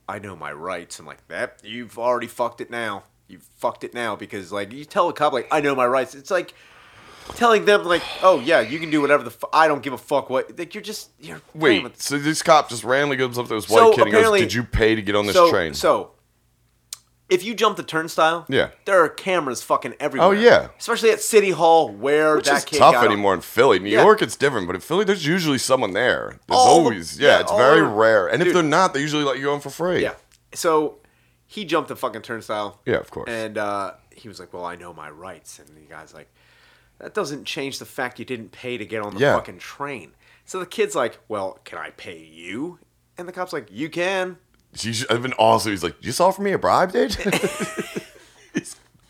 Speaker 1: I know my rights. I'm like, That you've already fucked it now. You fucked it now because like you tell a cop like I know my rights. It's like telling them like, Oh yeah, you can do whatever the fuck. I don't give a fuck what. Like you're just you're playing
Speaker 2: Wait,
Speaker 1: with-
Speaker 2: so this cop just randomly goes up to this
Speaker 1: So
Speaker 2: white kid and goes,
Speaker 1: apparently-
Speaker 2: "Did you pay to get on this
Speaker 1: so,
Speaker 2: train?"
Speaker 1: So if you jump the turnstile,
Speaker 2: Yeah.
Speaker 1: there are cameras fucking everywhere.
Speaker 2: Oh, yeah.
Speaker 1: especially at City Hall where
Speaker 2: Which
Speaker 1: that
Speaker 2: is
Speaker 1: kid
Speaker 2: tough
Speaker 1: got
Speaker 2: anymore in Philly. New
Speaker 1: Yeah.
Speaker 2: York, it's different, but in Philly, there's usually someone there. There's
Speaker 1: All the-
Speaker 2: always, yeah,
Speaker 1: yeah,
Speaker 2: it's
Speaker 1: all
Speaker 2: very
Speaker 1: the-
Speaker 2: rare. And if
Speaker 1: Dude.
Speaker 2: they're not, they usually let you on for free.
Speaker 1: Yeah. So he jumped the fucking turnstile.
Speaker 2: Yeah, of course.
Speaker 1: And uh, he was like, "Well, I know my rights." And the guy's like, "That doesn't change the fact you didn't pay to get on the
Speaker 2: Yeah.
Speaker 1: fucking train." So the kid's like, "Well, can I pay you?" And the cop's like, "You can."
Speaker 2: She's I've been also. He's like, you just offer me a bribe, dude. He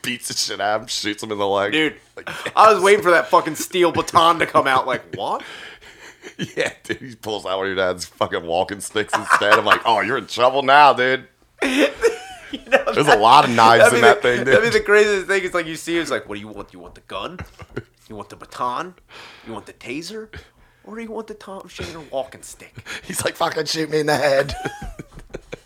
Speaker 2: beats the shit out of him, shoots him in the leg,
Speaker 1: Dude,
Speaker 2: Like,
Speaker 1: I was waiting for that fucking steel baton to come out. Like, what?
Speaker 2: yeah, dude. He pulls out one of your dad's fucking walking sticks instead. I'm like, oh, you're in trouble now, dude.
Speaker 1: You know,
Speaker 2: There's a lot of knives
Speaker 1: that'd
Speaker 2: in
Speaker 1: be
Speaker 2: that
Speaker 1: the-
Speaker 2: thing,
Speaker 1: That'd be
Speaker 2: dude.
Speaker 1: the craziest thing. It's like you see, it's like, what do you want? You want the gun? You want the baton? You want the taser? Or do you want the Tom Shannon walking stick?
Speaker 2: He's like, fucking shoot me in the head.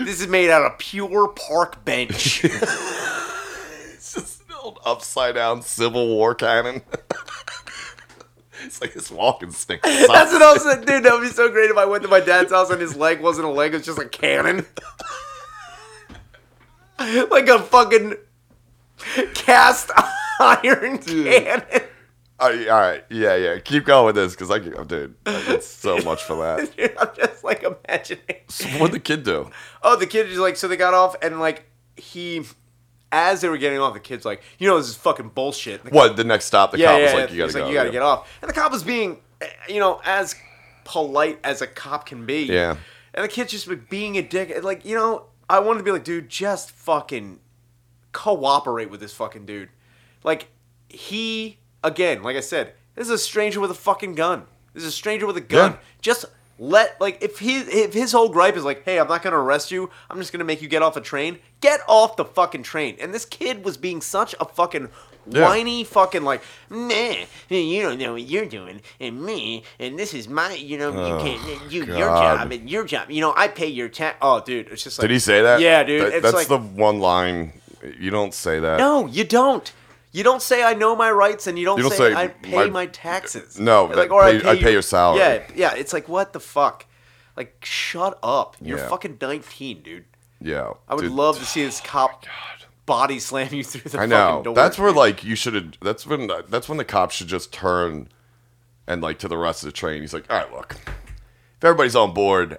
Speaker 1: This is made out of pure park bench.
Speaker 2: it's just an old upside down Civil War cannon. it's like this walking stick.
Speaker 1: That's what I was like, dude. That would be so great if I went to my dad's house and his leg wasn't a leg; it was just a cannon, like a fucking cast iron cannon.
Speaker 2: all right, all right, yeah, yeah. Keep going with this because I, can- oh, dude, I get so much for that.
Speaker 1: Dude, I'm just like imagining.
Speaker 2: What'd the kid do?
Speaker 1: Oh, the kid is like, so they got off, and like he, as they were getting off, the kid's like, you know, this is fucking bullshit. The
Speaker 2: What the next stop? The
Speaker 1: yeah,
Speaker 2: cop
Speaker 1: yeah,
Speaker 2: was
Speaker 1: yeah.
Speaker 2: like, "You gotta
Speaker 1: He's
Speaker 2: go."
Speaker 1: like, you gotta
Speaker 2: yeah.
Speaker 1: get off. And the cop was being, eh, you know, as polite as a cop can be.
Speaker 2: Yeah.
Speaker 1: And the kid's just like being a dick. Like, you know, I wanted to be like, dude, just fucking cooperate with this fucking dude. Like, he, again, like I said, this is a stranger with a fucking gun. This is a stranger with a gun.
Speaker 2: Yeah.
Speaker 1: Just let like if he if his whole gripe is like, hey, I'm not gonna arrest you, I'm just gonna make you get off a train, get off the fucking train. And this kid was being such a fucking
Speaker 2: Yeah.
Speaker 1: whiny fucking like, nah, you don't know what you're doing, and me, and this is my, you know, you can't, you, your
Speaker 2: Oh, God.
Speaker 1: job, and your job, you know, I pay your tax. Oh, dude, it's just like,
Speaker 2: Did he say that?
Speaker 1: Yeah, dude,
Speaker 2: That-
Speaker 1: it's
Speaker 2: that's
Speaker 1: like,
Speaker 2: the one line. You don't say that.
Speaker 1: no, you don't. You don't say I know my rights, and you don't,
Speaker 2: You don't
Speaker 1: say,
Speaker 2: say
Speaker 1: I pay my,
Speaker 2: my-
Speaker 1: taxes.
Speaker 2: No,
Speaker 1: It's
Speaker 2: that pay- I pay
Speaker 1: you-
Speaker 2: your salary.
Speaker 1: Yeah, yeah. It's like what the fuck? Like shut up. You're
Speaker 2: Yeah.
Speaker 1: fucking 19, dude.
Speaker 2: Yeah.
Speaker 1: I would
Speaker 2: dude, Oh,
Speaker 1: love to see this cop body slam you through the
Speaker 2: I
Speaker 1: fucking
Speaker 2: know.
Speaker 1: door.
Speaker 2: that's where like you should have. That's when. That's when the cops should just turn, and like to the rest of the train. He's like, all right, look, if everybody's on board.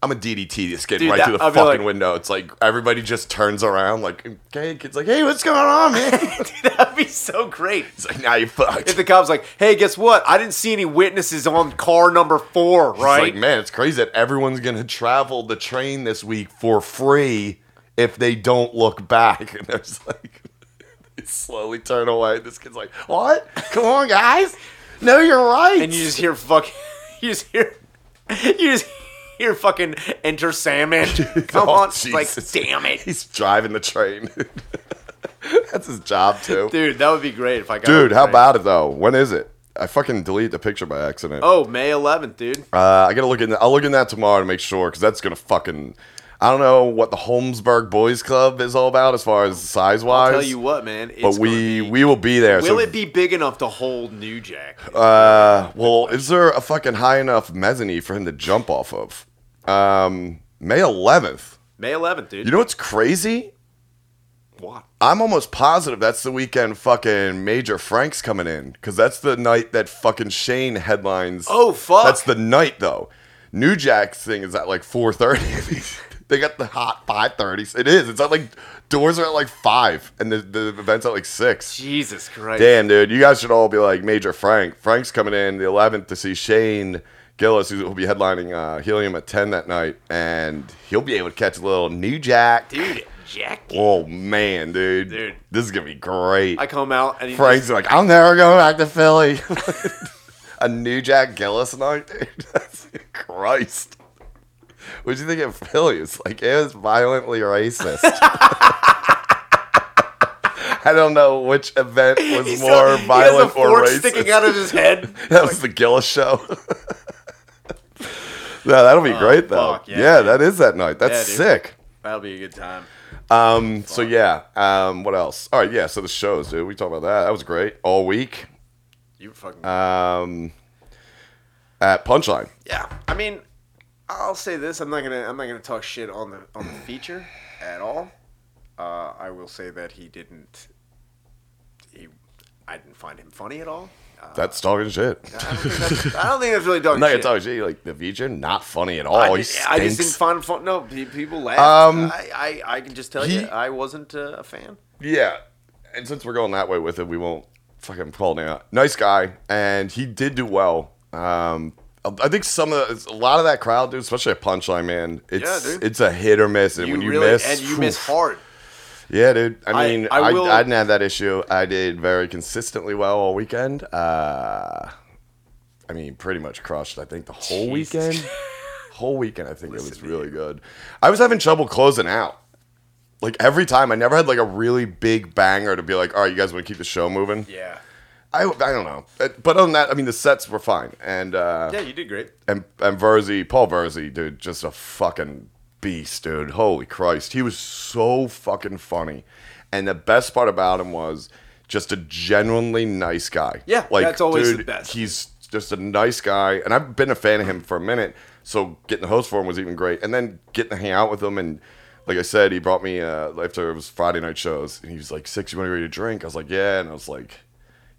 Speaker 2: I'm a DDT this kid
Speaker 1: Dude,
Speaker 2: right
Speaker 1: that-
Speaker 2: through the
Speaker 1: I'd be
Speaker 2: fucking
Speaker 1: like-
Speaker 2: window. It's like everybody just turns around, like, okay, kid's like, hey, what's going on, man?
Speaker 1: Dude, that'd be so great.
Speaker 2: It's like, now you fucked.
Speaker 1: If the cop's like, "Hey, guess what? I didn't see any witnesses on car number four,
Speaker 2: It's
Speaker 1: right?"
Speaker 2: like, man, it's crazy that everyone's gonna travel the train this week for free if they don't look back. And there's like they slowly turn away. This kid's like, What? Come on, guys. No, you're right.
Speaker 1: and you just hear fucking, you just hear, you just hear fucking enter Sandman. Come
Speaker 2: Oh,
Speaker 1: on, It's
Speaker 2: Jesus.
Speaker 1: like damn it,
Speaker 2: He's driving the train. That's his job too. Dude,
Speaker 1: dude. That would be great if I got. it
Speaker 2: how
Speaker 1: right.
Speaker 2: about it though? When is it? I fucking deleted the picture by accident.
Speaker 1: Oh, May 11th, dude.
Speaker 2: Uh, I gotta look in. I'll look in that tomorrow to make sure because that's gonna fucking. I don't know what the Holmesburg Boys Club is all about as far as size wise.
Speaker 1: I'll tell you what, man. It's
Speaker 2: but
Speaker 1: gonna
Speaker 2: we
Speaker 1: be-
Speaker 2: we will be there.
Speaker 1: will
Speaker 2: so,
Speaker 1: it be big enough to hold New Jack?
Speaker 2: Uh, well, is there a fucking high enough mezzanine for him to jump off of? Um, May 11th.
Speaker 1: May 11th, dude.
Speaker 2: You know what's crazy?
Speaker 1: what?
Speaker 2: I'm almost positive that's the weekend fucking Major Frank's coming in because that's the night that fucking Shane headlines.
Speaker 1: Oh, fuck.
Speaker 2: That's the night though. New Jack's thing is at like 4:30. they got the hot 5:30s. It is. It's at like doors are at like five and the, the event's at like six.
Speaker 1: Jesus Christ.
Speaker 2: Damn, dude, you guys should all be like Major Frank. Frank's coming in the 11th to see Shane Gillis, who will be headlining uh, Helium at 10 that night, and he'll be able to catch a little New Jack.
Speaker 1: Dude, Jack.
Speaker 2: Oh man, dude.
Speaker 1: Dude.
Speaker 2: This is gonna be great.
Speaker 1: I come out and he
Speaker 2: Frank's like, I'm never going back to Philly. a new Jack Gillis night, dude. That's Christ. What do you think of Philly? It's like it was violently racist. I don't know which event was
Speaker 1: He's
Speaker 2: more
Speaker 1: got- he has a
Speaker 2: violent or
Speaker 1: fork
Speaker 2: racist.
Speaker 1: sticking out of his head.
Speaker 2: that was the Gillis show. no, that'll be great though.
Speaker 1: Oh, fuck, yeah,
Speaker 2: yeah,
Speaker 1: dude.
Speaker 2: that is that night. That's
Speaker 1: Yeah, dude.
Speaker 2: sick.
Speaker 1: That'll be a good time.
Speaker 2: Um, so yeah. Um, what else? All right, yeah. So the shows, dude. We talked about that. That was great all week.
Speaker 1: You fucking.
Speaker 2: Um, at Punchline,
Speaker 1: yeah. I mean, I'll say this. I'm not gonna. I'm not gonna talk shit on the on the feature. at all. Uh, I will say that he didn't. He, I didn't find him funny at all. Uh,
Speaker 2: That's talking shit.
Speaker 1: I don't think that's, I don't think that's really dog
Speaker 2: I'm not gonna
Speaker 1: shit.
Speaker 2: talk shit. Like the future, not funny at all.
Speaker 1: Oh, I,
Speaker 2: he
Speaker 1: ju- I just didn't
Speaker 2: stinks.
Speaker 1: find fun. No, pe- people laughed.
Speaker 2: Um,
Speaker 1: I, I, I can just tell
Speaker 2: he-
Speaker 1: you, I wasn't uh, a fan.
Speaker 2: Yeah. And since we're going that way with it, we won't fucking call him out. Nice guy, and he did do well. Um, I think some of the, a lot of that crowd, dude, especially at Punchline, man, it's
Speaker 1: Yeah, dude.
Speaker 2: it's a hit or miss. And when you miss,
Speaker 1: and you
Speaker 2: phew,
Speaker 1: miss hard.
Speaker 2: Yeah, dude. I
Speaker 1: I-
Speaker 2: mean, I,
Speaker 1: I
Speaker 2: I,
Speaker 1: will-
Speaker 2: didn't have that issue. I did very consistently well all weekend. Uh, I mean, pretty much crushed. I think the whole
Speaker 1: Jesus.
Speaker 2: weekend. Whole weekend, I think it was really good. I was having trouble closing out. Like every time, I never had like a really big banger to be like, all right, you guys want to keep the show moving.
Speaker 1: Yeah.
Speaker 2: I, I don't know, Uh, but other than that, I mean, the sets were fine, and uh,
Speaker 1: Yeah, you did great.
Speaker 2: and and Verzi, Paul Verzi, dude, just a fucking beast, dude. Holy Christ, he was so fucking funny. And the best part about him was just a genuinely nice guy.
Speaker 1: Yeah, that's always the best.
Speaker 2: He's just a nice guy, and I've been a fan of him for a minute. So getting to host for him was even great, and then getting to hang out with him and. Like I said, he brought me uh, after it was Friday night shows, and he was like, six, you want to get a drink?" I was like, "Yeah," and I was like,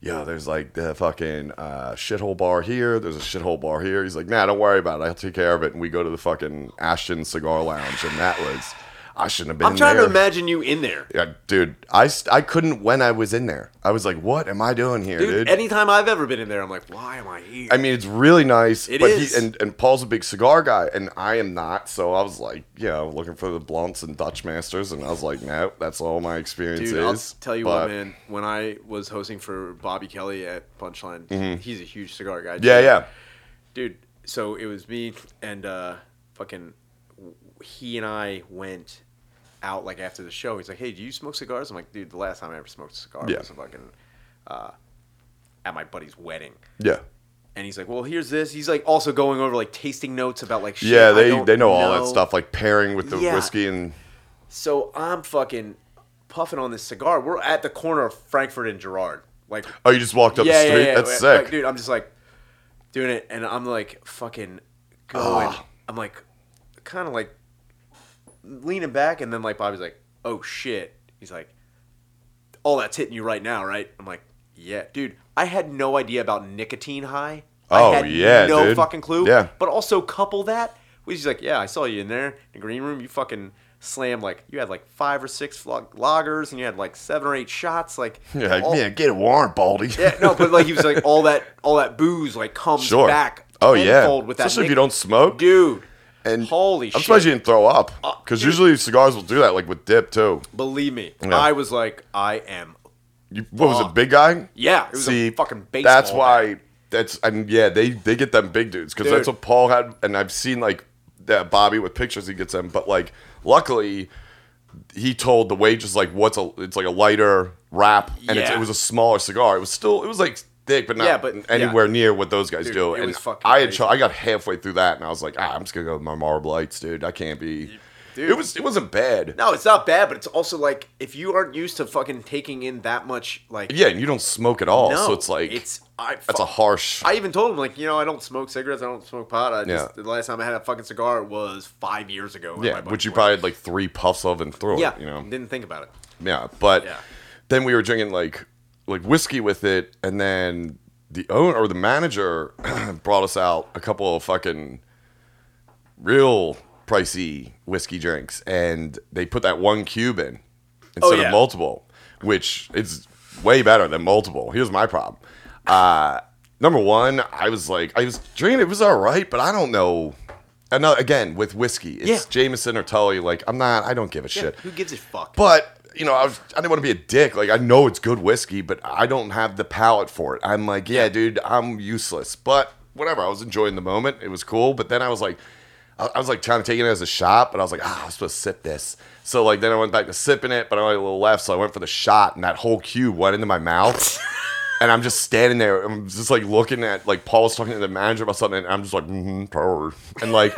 Speaker 2: yo, there's like the fucking uh, shithole bar here. There's a shithole bar here. He's like, nah, don't worry about it. I'll take care of it. And we go to the fucking Ashton Cigar Lounge, and that was, I shouldn't have been
Speaker 1: I'm trying
Speaker 2: there.
Speaker 1: to imagine you in there.
Speaker 2: yeah, dude, I, st- I couldn't when I was in there. I was like, what am I doing here,
Speaker 1: Dude,
Speaker 2: dude?
Speaker 1: anytime I've ever been in there, I'm like, why am I here?
Speaker 2: I mean, it's really nice.
Speaker 1: It
Speaker 2: but
Speaker 1: is.
Speaker 2: He, and, and Paul's a big cigar guy, and I am not. So I was like, you know, looking for the blunts and Dutch masters, and I was like, no, that's all my experience
Speaker 1: Dude, I'll
Speaker 2: is.
Speaker 1: tell you
Speaker 2: But-
Speaker 1: what, man. When I was hosting for Bobby Kelly at Punchline, he's a huge cigar guy.
Speaker 2: Mm-hmm. Yeah,
Speaker 1: too.
Speaker 2: yeah.
Speaker 1: dude. So it was me and uh, fucking he and I went out like after the show. He's like, "Hey, do you smoke cigars?" I'm like, "Dude, the last time I ever smoked a cigar
Speaker 2: Yeah.
Speaker 1: was fucking uh, at my buddy's wedding."
Speaker 2: Yeah.
Speaker 1: And he's like, "Well, here's this." He's like also going over like tasting notes about like shit
Speaker 2: Yeah,
Speaker 1: I
Speaker 2: they,
Speaker 1: don't
Speaker 2: they know all that stuff, like pairing with the
Speaker 1: Yeah.
Speaker 2: whiskey and
Speaker 1: So I'm fucking puffing on this cigar. We're at the corner of Frankfurt and Gerard. Like
Speaker 2: Oh, you just walked up the street? That's
Speaker 1: Like,
Speaker 2: sick.
Speaker 1: dude. I'm just like doing it, and I'm like fucking going.
Speaker 2: Ugh.
Speaker 1: I'm like kind of like leaning back, and then like Bobby's like, "Oh shit," he's like, "All that's hitting you right now, right?" I'm like, "Yeah, dude. I had no idea about nicotine high.
Speaker 2: Oh,
Speaker 1: I had
Speaker 2: yeah,
Speaker 1: no
Speaker 2: dude.
Speaker 1: fucking clue.
Speaker 2: Yeah.
Speaker 1: but also couple that. with He's like, yeah, I saw you in there in the green room. You fucking slam like you had like five or six flog- loggers, and you had like seven or eight shots. Like,
Speaker 2: You're like,
Speaker 1: all-
Speaker 2: man, get a warrant, Baldy.
Speaker 1: yeah, no, but like he was like all that all that booze like comes
Speaker 2: sure.
Speaker 1: back.
Speaker 2: oh yeah.
Speaker 1: tenfold with that
Speaker 2: Especially if you
Speaker 1: nic-
Speaker 2: don't smoke.
Speaker 1: dude.
Speaker 2: and
Speaker 1: holy
Speaker 2: I'm
Speaker 1: shit!
Speaker 2: surprised you didn't throw up.
Speaker 1: Uh,
Speaker 2: Because
Speaker 1: dude.
Speaker 2: usually cigars will do that, like with dip too.
Speaker 1: Believe me,
Speaker 2: Yeah.
Speaker 1: I was like, I am.
Speaker 2: You, what was it,
Speaker 1: Fuck.
Speaker 2: big guy?
Speaker 1: Yeah, it was
Speaker 2: See,
Speaker 1: a fucking baseball.
Speaker 2: that's
Speaker 1: bat.
Speaker 2: why. That's and yeah, they they get them big dudes because that's
Speaker 1: Dude.
Speaker 2: what Paul had, and I've seen like that Bobby with pictures he gets them, but like luckily. He told the waitress like, "What's a? It's like a lighter wrap, and it's,
Speaker 1: Yeah.
Speaker 2: it was a smaller cigar. It was still, it was like thick, but not
Speaker 1: Yeah, but-
Speaker 2: anywhere near what those guys
Speaker 1: Dude,
Speaker 2: do."
Speaker 1: it
Speaker 2: and
Speaker 1: was fucking
Speaker 2: I had,
Speaker 1: crazy.
Speaker 2: tr- I got halfway through that, and I was like, "Ah, I'm just gonna go with my marble lights, dude. I can't be."
Speaker 1: Dude.
Speaker 2: It was, it wasn't bad.
Speaker 1: No, it's not bad, but it's also like if you aren't used to fucking taking in that much, like
Speaker 2: Yeah, and you don't smoke at all,
Speaker 1: no,
Speaker 2: so it's like
Speaker 1: it's I.
Speaker 2: that's a
Speaker 1: fuck-
Speaker 2: harsh.
Speaker 1: I even told him like you know I don't smoke cigarettes, I don't smoke pot. I just
Speaker 2: Yeah.
Speaker 1: the last time I had a fucking cigar was five years ago. at
Speaker 2: Yeah,
Speaker 1: my
Speaker 2: which you
Speaker 1: buddy's
Speaker 2: probably had like three puffs of and threw
Speaker 1: wedding.
Speaker 2: it,
Speaker 1: yeah
Speaker 2: you know.
Speaker 1: didn't think about it.
Speaker 2: Yeah, but
Speaker 1: Yeah.
Speaker 2: then we were drinking like like whiskey with it, and then the owner or the manager brought us out a couple of fucking real pricey whiskey drinks, and they put that one cube in instead
Speaker 1: Oh, yeah.
Speaker 2: of multiple, which is way better than multiple. Here's my problem. Uh, number one, I was like, I was drinking, it was all right, but I don't know. And now, again, with whiskey, it's
Speaker 1: Yeah.
Speaker 2: Jameson or Tully. Like, I'm not, I don't give a
Speaker 1: Yeah,
Speaker 2: shit.
Speaker 1: who gives a fuck?
Speaker 2: But you know, I, was, I didn't want to be a dick. Like I know it's good whiskey, but I don't have the palate for it. I'm like, yeah, dude, I'm useless. But whatever, I was enjoying the moment. It was cool. But then I was like, I, I was like trying to take it as a shot, but I was like, ah, I'm supposed to sip this. So like then I went back to sipping it, but I only had a little left, so I went for the shot, and that whole cube went into my mouth. And I'm just standing there. I'm just like looking at like Paul's talking to the manager about something. And I'm just like, mm-hmm, brr." and like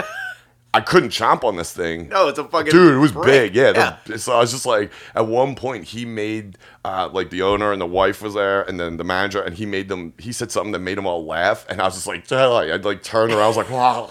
Speaker 2: I couldn't chomp on this thing
Speaker 1: no, it's a fucking
Speaker 2: dude it was
Speaker 1: brick.
Speaker 2: big yeah, the- so i was just like at one point he made uh, like the owner and the wife was there and then the manager and he made them he said something that made them all laugh and i was just like "Tell," i'd like turn around i was like wow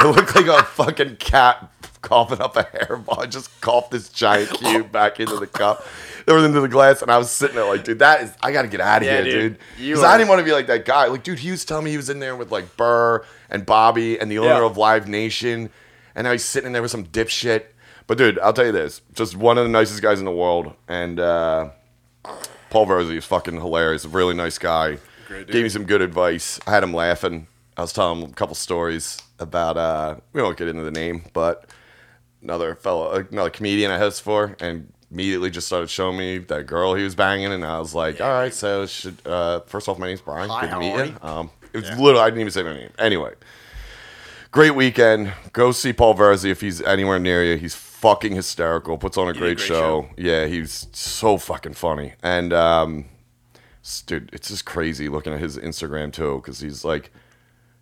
Speaker 2: it looked like a fucking cat coughing up a hairball. I just coughed this giant cube back into the cup. There was into the glass, and I was sitting there like, dude, that is, I got to get out of
Speaker 1: Yeah,
Speaker 2: here,
Speaker 1: dude.
Speaker 2: dude.
Speaker 1: You
Speaker 2: Because
Speaker 1: are-
Speaker 2: I didn't want to be like that guy. Like, dude, he was telling me he was in there with like Burr and Bobby and the owner
Speaker 1: Yeah.
Speaker 2: of Live Nation, and now he's sitting in there with some dipshit. But dude, I'll tell you this: just one of the nicest guys in the world, and. uh Paul Verzi is fucking hilarious. A really nice guy.
Speaker 1: Great dude.
Speaker 2: Gave me some good advice. I had him laughing. I was telling him a couple stories about uh we won't get into the name, but another fellow another comedian I host for and immediately just started showing me that girl he was banging and I was like, All right, so should uh first off my name's Brian.
Speaker 1: Hi,
Speaker 2: good to
Speaker 1: how
Speaker 2: meet
Speaker 1: are
Speaker 2: you.
Speaker 1: you?
Speaker 2: Um it was literally I didn't even say my name. Anyway. Great weekend. Go see Paul Verzi if he's anywhere near you. He's fucking hysterical. Puts on a
Speaker 1: did a
Speaker 2: great,
Speaker 1: great
Speaker 2: show.
Speaker 1: show.
Speaker 2: Yeah, he's so fucking funny. And um, s- dude, it's just crazy looking at his Instagram too, because he's like,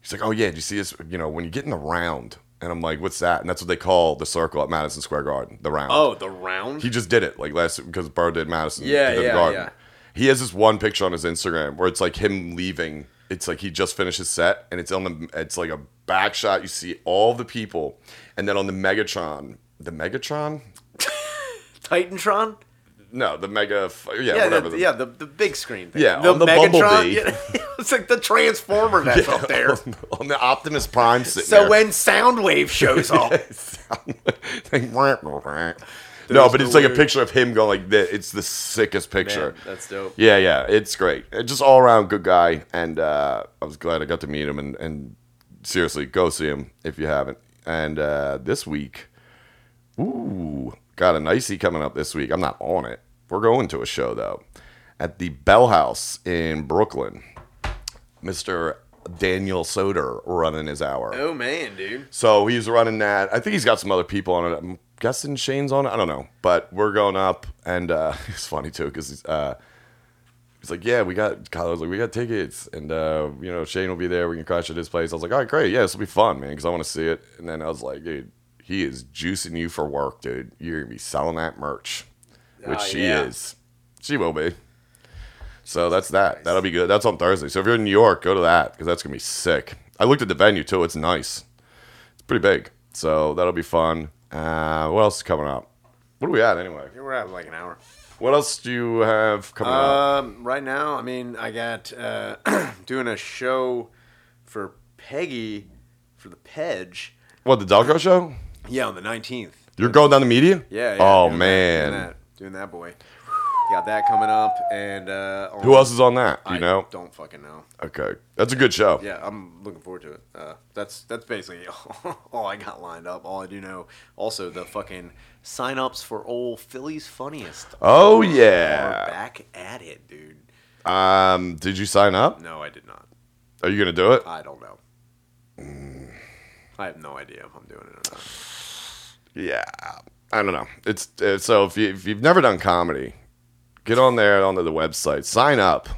Speaker 2: he's like, oh yeah, did you see this? You know, when you get in the round, and I'm like, what's that? And that's what they call the circle at Madison Square Garden, the round.
Speaker 1: Oh, the round.
Speaker 2: He just did it like last because Burr did Madison.
Speaker 1: Yeah,
Speaker 2: did the
Speaker 1: yeah,
Speaker 2: garden.
Speaker 1: yeah.
Speaker 2: He has this one picture on his Instagram where it's like him leaving. It's like he just finished his set, and it's on the. It's like a back shot. You see all the people, and then on the Megatron, the Megatron.
Speaker 1: Titantron.
Speaker 2: No, the mega. f- Yeah,
Speaker 1: Yeah,
Speaker 2: whatever.
Speaker 1: the,
Speaker 2: the-
Speaker 1: yeah, the, the big screen thing.
Speaker 2: Yeah,
Speaker 1: the,
Speaker 2: on the Bumblebee.
Speaker 1: Yeah, it's like the Transformer that's up there.
Speaker 2: on the Optimus Prime sitting
Speaker 1: So
Speaker 2: there.
Speaker 1: when Soundwave shows up,
Speaker 2: Like, wah, wah, wah. no, but
Speaker 1: no
Speaker 2: it's like a
Speaker 1: way.
Speaker 2: picture of him going like this. It's the sickest picture.
Speaker 1: that's dope.
Speaker 2: Yeah, yeah, it's great. Uh, Just all around good guy, and uh, I was glad I got to meet him. And, and seriously, go see him if you haven't. And uh, this week, ooh, got an icy coming up this week. I'm not on it. We're going to a show though, at the Bell House in Brooklyn. Mister Daniel Soder running his hour.
Speaker 1: oh man, dude.
Speaker 2: So he's running that. I think he's got some other people on it. I'm guessing Shane's on it. I don't know. But we're going up, and uh, it's funny too because he's, uh, he's like, "Yeah, we got." Kyle was like, "We got tickets, and uh, you know Shane will be there. We can crash at his place." I was like, "All right, great. Yeah, this will be fun, man, because I want to see it." And then I was like, "Dude, he is juicing you for work, dude. You're gonna be selling that merch, which
Speaker 1: Ah,
Speaker 2: she
Speaker 1: yeah.
Speaker 2: is. She will be." So that's that. That'll be good. That's on Thursday. So if you're in New York, go to that because that's gonna be sick. I looked at the venue too. It's nice pretty big. So that'll be fun. Uh, what else is coming up? What are we at anyway?
Speaker 1: We're at like an hour.
Speaker 2: What else do you have coming up?
Speaker 1: Um, right now, I mean, I got uh, doing a show for Peggy for the Pedge.
Speaker 2: What the Delco show?
Speaker 1: Yeah, on the nineteenth.
Speaker 2: You're going down to media?
Speaker 1: Yeah. yeah
Speaker 2: oh
Speaker 1: doing that-
Speaker 2: man.
Speaker 1: doing that, doing that boy. Got that coming up, and uh, on-
Speaker 2: Who else is on that? You
Speaker 1: I
Speaker 2: know?
Speaker 1: don't fucking know.
Speaker 2: Okay, that's a good show.
Speaker 1: Yeah, I'm looking forward to it. Uh, that's that's basically all I got lined up. All I do know. Also, the fucking sign-ups for old Philly's funniest.
Speaker 2: Oh
Speaker 1: Are
Speaker 2: yeah.
Speaker 1: back at it, dude.
Speaker 2: Um, did you sign up?
Speaker 1: No, I did not.
Speaker 2: Are you gonna do it?
Speaker 1: I don't know.
Speaker 2: Mm.
Speaker 1: I have no idea if I'm doing it or not.
Speaker 2: Yeah. I don't know. It's uh, so if you if you've never done comedy, get on there onto the website, sign up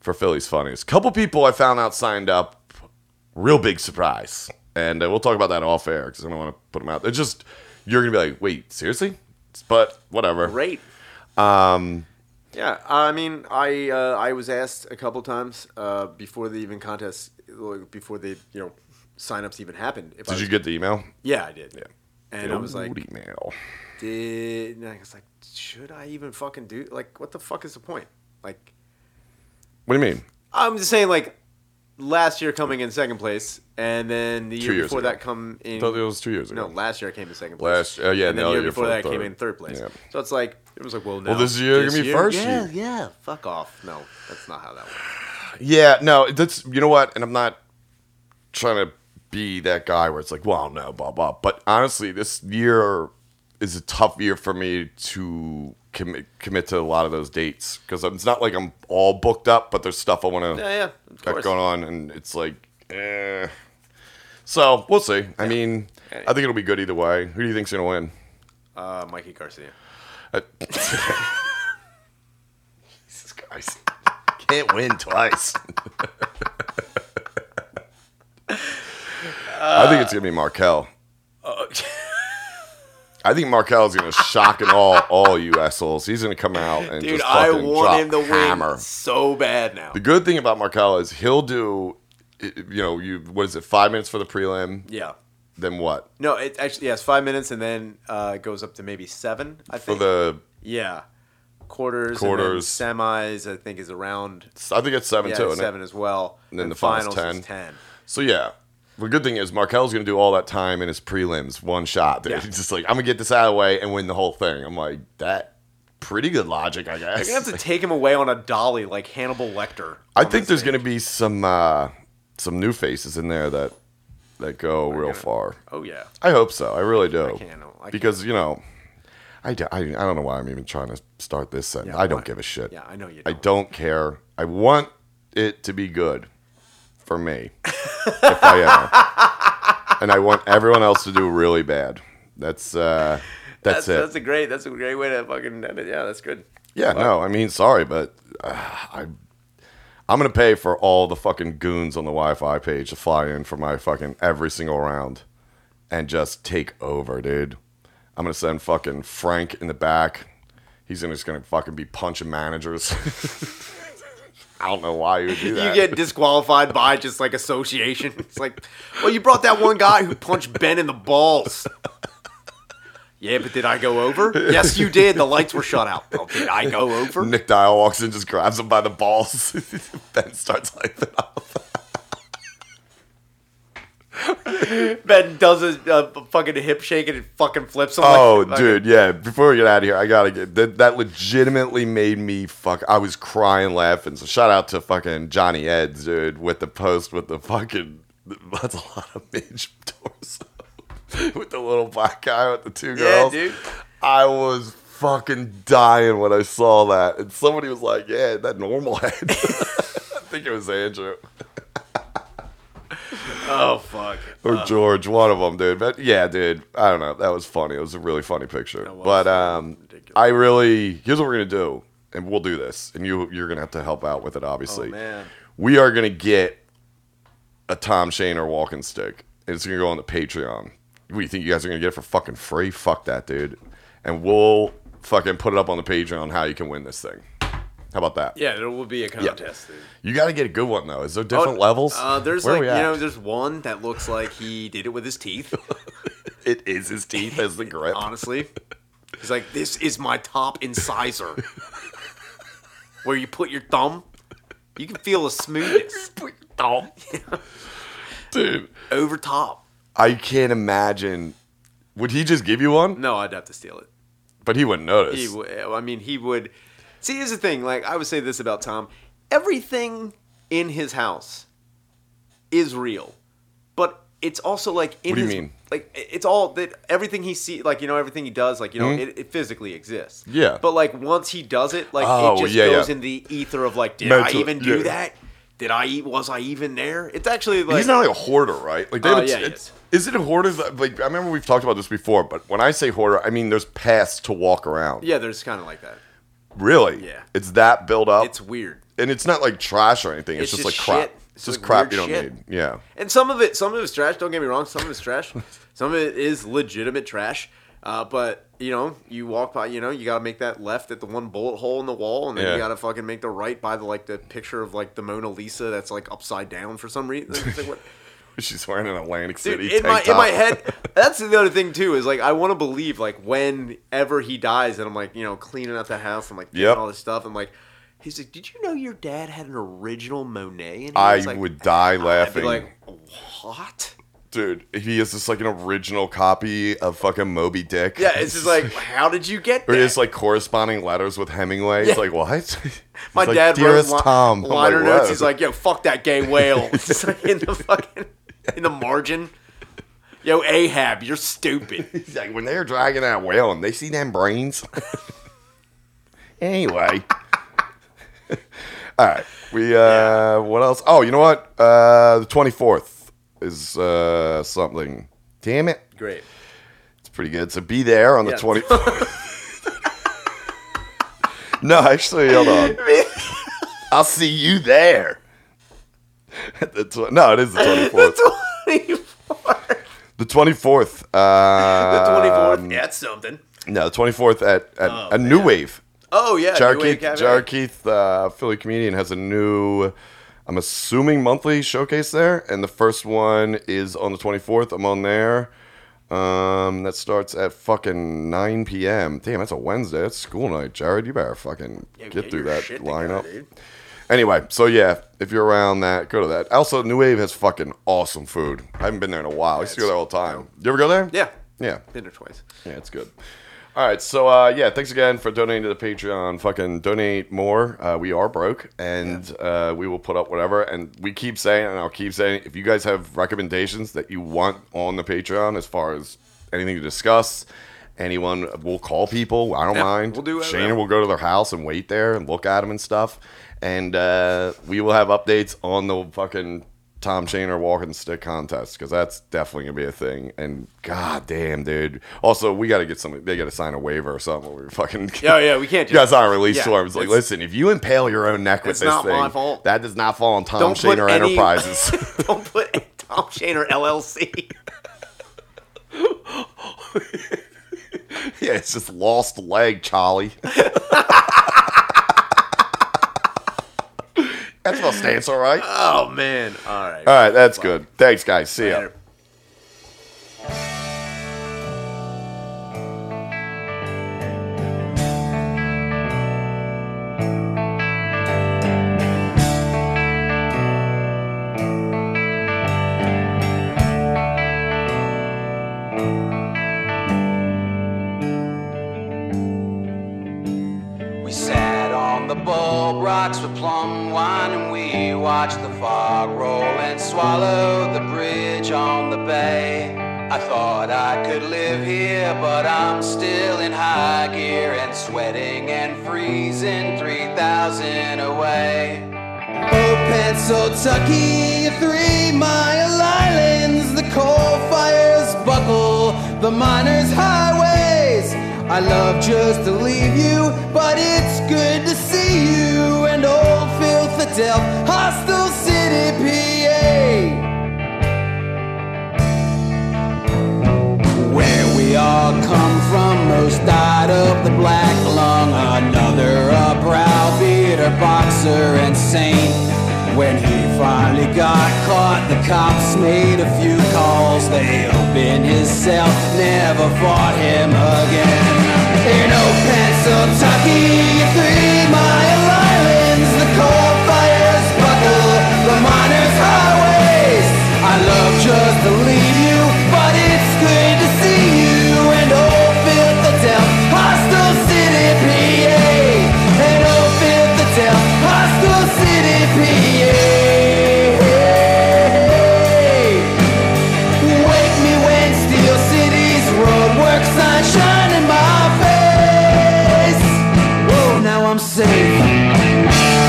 Speaker 2: for Philly's Funniest. Couple people I found out signed up. Real big surprise, and uh, we'll talk about that off air because I don't want to put them out. It's just you're gonna be like, wait, seriously? But whatever.
Speaker 1: Great.
Speaker 2: Um,
Speaker 1: Yeah, I mean, I uh, I was asked a couple times uh, before the even contest, like, before the you know signups even happened. If I
Speaker 2: did you
Speaker 1: was-
Speaker 2: get the email?
Speaker 1: Yeah, I did. Yeah. And I was
Speaker 2: Old
Speaker 1: like,
Speaker 2: email.
Speaker 1: did and I was like, should I even fucking do like what the fuck is the point? Like
Speaker 2: What do you mean?
Speaker 1: I'm just saying like last year coming in second place and then the year
Speaker 2: years
Speaker 1: before
Speaker 2: ago.
Speaker 1: that come in
Speaker 2: Thought it was two years
Speaker 1: No,
Speaker 2: ago.
Speaker 1: last year I came in second
Speaker 2: Last-
Speaker 1: place.
Speaker 2: oh, yeah,
Speaker 1: and then
Speaker 2: no,
Speaker 1: the year
Speaker 2: you're
Speaker 1: before
Speaker 2: full
Speaker 1: that I came
Speaker 2: third.
Speaker 1: in third place.
Speaker 2: Yeah.
Speaker 1: So it's like it was like well no.
Speaker 2: this year you're gonna be first,
Speaker 1: Yeah,
Speaker 2: you-
Speaker 1: yeah. Fuck off. No, that's not how that works.
Speaker 2: Yeah, no, that's you know what, and I'm not trying to be that guy where it's like, well, no, blah blah. But honestly, this year is a tough year for me to commit commit to a lot of those dates because it's not like I'm all booked up, but there's stuff I want
Speaker 1: Yeah,
Speaker 2: to
Speaker 1: yeah. Of
Speaker 2: got
Speaker 1: course.
Speaker 2: going on, and it's like, eh. So we'll see. I mean, I think it'll be good either way. Who do you think's gonna win?
Speaker 1: Uh, Mikey Garcia.
Speaker 2: Uh, Jesus Christ, can't win twice. I think it's gonna be Markel. Uh, I think Markel's gonna shock and all all you assholes. He's gonna come out and
Speaker 1: Dude,
Speaker 2: just
Speaker 1: I
Speaker 2: fucking drop
Speaker 1: want him to win
Speaker 2: hammer.
Speaker 1: so bad now.
Speaker 2: The good thing about Markel is he'll do, you know, you what is it? Five minutes for the prelim,
Speaker 1: yeah.
Speaker 2: Then what?
Speaker 1: No, it actually yeah, it's five minutes and then uh, it goes up to maybe seven. I
Speaker 2: For
Speaker 1: think.
Speaker 2: the,
Speaker 1: yeah, quarters,
Speaker 2: Quarters.
Speaker 1: and then semis. I think is around
Speaker 2: I think it's seven
Speaker 1: yeah,
Speaker 2: too. isn't it?
Speaker 1: seven as well.
Speaker 2: And then the finals
Speaker 1: is 10.
Speaker 2: So yeah, the good thing is Markel's gonna do all that time in his prelims, one shot. Dude.
Speaker 1: Yeah.
Speaker 2: He's just like, I'm gonna get this out of the way and win the whole thing. I'm like, that pretty good logic, I
Speaker 1: I'm
Speaker 2: guess.
Speaker 1: gonna have to take him away on a dolly like Hannibal Lecter.
Speaker 2: I think there's gonna be some uh, some new faces in there that that go real
Speaker 1: gonna-
Speaker 2: far.
Speaker 1: Oh yeah,
Speaker 2: I hope so. I really do.
Speaker 1: can't- I can't-
Speaker 2: because you know, I, d- I, I don't know why I'm even trying to start this sentence.
Speaker 1: Yeah,
Speaker 2: I don't
Speaker 1: why?
Speaker 2: give a shit.
Speaker 1: yeah, I know you.
Speaker 2: I
Speaker 1: Don't.
Speaker 2: don't care. I want it to be good for me if I am. And I want everyone else to do really bad. That's uh that's,
Speaker 1: that's
Speaker 2: it.
Speaker 1: That's a great. That's a great way to fucking end it. Yeah, that's good.
Speaker 2: yeah, no, I mean sorry, but uh, I I'm going to pay for all the fucking goons on the Wi-Fi page to fly in for my fucking every single round and just take over, dude. I'm going to send fucking Frank in the back. He's gonna- just going to fucking be punching managers. I don't know why you would do that.
Speaker 1: You get disqualified by just like association. It's like, well, you brought that one guy who punched Ben in the balls. Yeah, but did I go over? Yes, you did. The lights were shut out. Well, did I go over?
Speaker 2: Nick Dial walks in, just grabs him by the balls. ben starts like that.
Speaker 1: Ben does a, a fucking hip shake and it fucking flips. him.
Speaker 2: Oh,
Speaker 1: Like-
Speaker 2: dude, yeah. Before we get out of here, I gotta get that. That legitimately made me fuck. I was crying, laughing. So shout out to fucking Johnny Eds, dude, with the post with the fucking. That's a lot of bitch torso with the little black guy with the two
Speaker 1: Yeah,
Speaker 2: girls.
Speaker 1: dude.
Speaker 2: I was fucking dying when I saw that, and somebody was like, "Yeah, that normal head." I think it was Andrew.
Speaker 1: Oh fuck.
Speaker 2: or George, one of them, dude. But yeah, dude, I don't know. That was funny. It was a really funny picture.
Speaker 1: was.
Speaker 2: But um,
Speaker 1: Ridiculous.
Speaker 2: I really here's what we're gonna do, and we'll do this, and you you're gonna have to help out with it, obviously.
Speaker 1: Oh, man.
Speaker 2: We are gonna get a Tom Shaner walking stick, and it's gonna go on the Patreon. What do you think you guys are gonna get it for fucking free? Fuck that, dude. And we'll fucking put it up on the Patreon how you can win this thing. How about that?
Speaker 1: Yeah, there will be a contest. dude.
Speaker 2: You got to get a good one though. Is there different
Speaker 1: Oh,
Speaker 2: levels?
Speaker 1: Uh, there's
Speaker 2: Where are
Speaker 1: like
Speaker 2: we
Speaker 1: you
Speaker 2: at?
Speaker 1: know, there's one that looks like he did it with his teeth.
Speaker 2: it is his teeth as the grip.
Speaker 1: honestly. He's like, this is my top incisor. Where you put your thumb, you can feel the smoothness
Speaker 2: Dude,
Speaker 1: over top.
Speaker 2: I can't imagine. Would he just give you one?
Speaker 1: No, I'd have to steal it.
Speaker 2: But he wouldn't notice.
Speaker 1: He, w- I mean, he would. See, here's the thing. Like, I would say this about Tom: everything in his house is real, but it's also like in
Speaker 2: What do you
Speaker 1: his-
Speaker 2: mean?
Speaker 1: Like, i- it's all that everything he see, like you know, everything he does, like you know, it, it physically exists.
Speaker 2: Hmm? Yeah.
Speaker 1: But like once he does it, like
Speaker 2: Oh,
Speaker 1: it just
Speaker 2: yeah,
Speaker 1: goes
Speaker 2: yeah.
Speaker 1: in the ether of like, did
Speaker 2: Mental-
Speaker 1: I even do
Speaker 2: yeah.
Speaker 1: that? Did I eat? Was I even there? It's actually
Speaker 2: But
Speaker 1: like
Speaker 2: he's not like a hoarder, right? Like, they
Speaker 1: Oh,
Speaker 2: have a-
Speaker 1: yeah, he
Speaker 2: it's-
Speaker 1: is.
Speaker 2: is it a hoarder? that- Like, I remember we've talked about this before, but when I say hoarder, I mean there's paths to walk around.
Speaker 1: yeah, there's kind of like that.
Speaker 2: Really?
Speaker 1: Yeah.
Speaker 2: It's that built up,
Speaker 1: It's weird.
Speaker 2: and it's not like trash or anything. It's,
Speaker 1: It's
Speaker 2: just,
Speaker 1: just
Speaker 2: like crap.
Speaker 1: shit.
Speaker 2: It's
Speaker 1: It's
Speaker 2: just
Speaker 1: like
Speaker 2: crap
Speaker 1: weird
Speaker 2: you don't
Speaker 1: shit.
Speaker 2: need. Yeah.
Speaker 1: And some of it, some of it's trash. Don't get me wrong. Some of it's trash. some of it is legitimate trash. Uh, but you know, you walk by. You know, you got to make that left at the one bullet hole in the wall, and then
Speaker 2: Yeah.
Speaker 1: you got to fucking make the right by the like the picture of like the Mona Lisa that's like upside down for some reason. It's like, what?
Speaker 2: She's wearing an Atlantic
Speaker 1: Dude,
Speaker 2: City
Speaker 1: in
Speaker 2: tank
Speaker 1: my
Speaker 2: top.
Speaker 1: in my head, that's the other thing too. Is like I want to believe like whenever he dies, and I'm like you know cleaning out the house, I'm like getting
Speaker 2: Yep.
Speaker 1: all this stuff, I'm like. He's like, did you know your dad had an original Monet? And he
Speaker 2: I
Speaker 1: was like,
Speaker 2: would die
Speaker 1: I'd be
Speaker 2: laughing.
Speaker 1: like, what?
Speaker 2: Dude, he is just like an original copy of fucking Moby Dick.
Speaker 1: Yeah, it's just like, how did you get
Speaker 2: Or
Speaker 1: there?
Speaker 2: it's like corresponding letters with Hemingway. It's
Speaker 1: Yeah.
Speaker 2: like what?
Speaker 1: My
Speaker 2: It's like,
Speaker 1: dad
Speaker 2: dearest
Speaker 1: wrote li-
Speaker 2: Tom. I'm
Speaker 1: liner
Speaker 2: like,
Speaker 1: notes.
Speaker 2: "Whoa."
Speaker 1: He's like, yo, fuck that gay whale. It's just like in the fucking in the margin. Yo, Ahab, you're stupid.
Speaker 2: He's like, when they're dragging that whale and they see them brains. anyway. All right. We uh what else? Oh, you know what? Uh the 24th is uh something. Damn it.
Speaker 1: Great.
Speaker 2: It's pretty good. So be there on the
Speaker 1: Yeah.
Speaker 2: 24th. no, actually, hold on. I'll see you there. The tw- no, it is the 24th.
Speaker 1: Twenty fourth.
Speaker 2: The 24th.
Speaker 1: The
Speaker 2: Uh,
Speaker 1: twenty fourth. Yeah, that's something.
Speaker 2: No, the 24th at, at a new wave.
Speaker 1: Oh yeah, New Wave
Speaker 2: Jarkeith,
Speaker 1: Cafe.
Speaker 2: Jarkeith uh, Philly comedian, has a new I'm assuming monthly showcase there, and the first one is on the 24th. I'm on there. Um, that starts at fucking 9 p.m. Damn, that's a Wednesday. That's school night, Jared. You better fucking
Speaker 1: Yeah,
Speaker 2: get through
Speaker 1: your
Speaker 2: that
Speaker 1: shit together,
Speaker 2: lineup.
Speaker 1: dude.
Speaker 2: Anyway, so yeah, if you're around that, go to that. Also, New Wave has fucking awesome food. I haven't been there in a while. I used to go there all the time. You ever go there?
Speaker 1: Yeah.
Speaker 2: Yeah.
Speaker 1: Been there twice.
Speaker 2: Yeah, it's good. All right, so uh, yeah, thanks again for donating to the Patreon. Fucking donate more. Uh, we are broke, and uh, we will put up whatever. And we keep saying, and I'll keep saying, if you guys have recommendations that you want on the Patreon, as far as anything to discuss, anyone, we'll call people. I don't
Speaker 1: Yeah,
Speaker 2: mind.
Speaker 1: we'll do it.
Speaker 2: Shana will go to their house and wait there and look at them and stuff, and uh, we will have updates on the fucking. Tom Shaner walking stick contest because that's definitely gonna be a thing. And god damn, dude. Also, we got to get something. They got to sign a waiver or something. Where we fucking
Speaker 1: Yeah, yeah, we can't
Speaker 2: You got to
Speaker 1: just.
Speaker 2: sign a release
Speaker 1: yeah,
Speaker 2: form. It's like,
Speaker 1: it's-
Speaker 2: listen, if you impale your own neck with
Speaker 1: It's
Speaker 2: this
Speaker 1: not
Speaker 2: thing,
Speaker 1: my fault.
Speaker 2: that does not fall on Tom
Speaker 1: Don't put
Speaker 2: Shaner
Speaker 1: any-
Speaker 2: Enterprises.
Speaker 1: don't put Tom Shaner LLC.
Speaker 2: yeah, it's just lost leg, Charlie. that's my stance, all right. All
Speaker 1: Oh man! All right.
Speaker 2: right, that's good. Thanks, guys. See ya.
Speaker 1: Later.
Speaker 3: We sat on the bulb rocks with plum wine and we watched the fog roll and swallow the bridge on the bay. I thought I could live here, but I'm still in high gear and sweating and freezing 3,000 away. Oh, Pennsylvania, three mile islands, the coal fires buckle, the miners' highways. I love just to leave you, but it's good to see you and old Phil Fidel, hostile city, PA. Where we all come from, most died of the black lung. Another a browbeater, boxer, and saint. When he finally got caught, the cops made a few calls. They opened his cell, never fought him again. In old Pennsylvania, three mile islands, the coal fires buckle, the miners' highways. I love just to leave you, but it's good to see you and old Phil Fidel, Hostile City, PA. And old Phil Fidel, Hostile City, PA. Wake me when Steel City's roadwork sign shine in my face. Whoa, now I'm safe.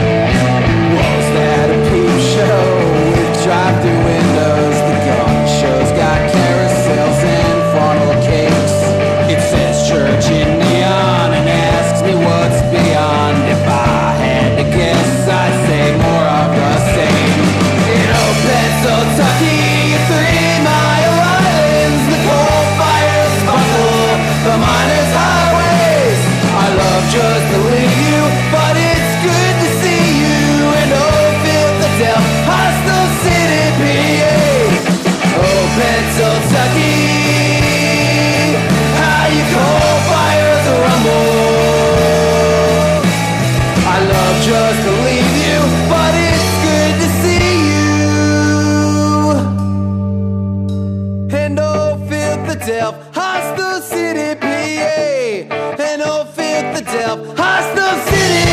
Speaker 3: Walls that a peep show with drive-through windows. The gun show's got carousels and funnel cakes. It says church in neon and asks me what's beyond. If I had to guess, I'd say more of the same. In old Pennsylvania, three mile islands, the coal fires buckle, the miners' highways. I love just to leave you, but it's good to see you and old Phil Fidel, hostile city, PA. Oh, Pennsylvania, how you coal fires rumble. I love just to leave you, but it's good to see you. And oh, Philadelphia, hostile city, PA. And oh, Philadelphia, hostile city,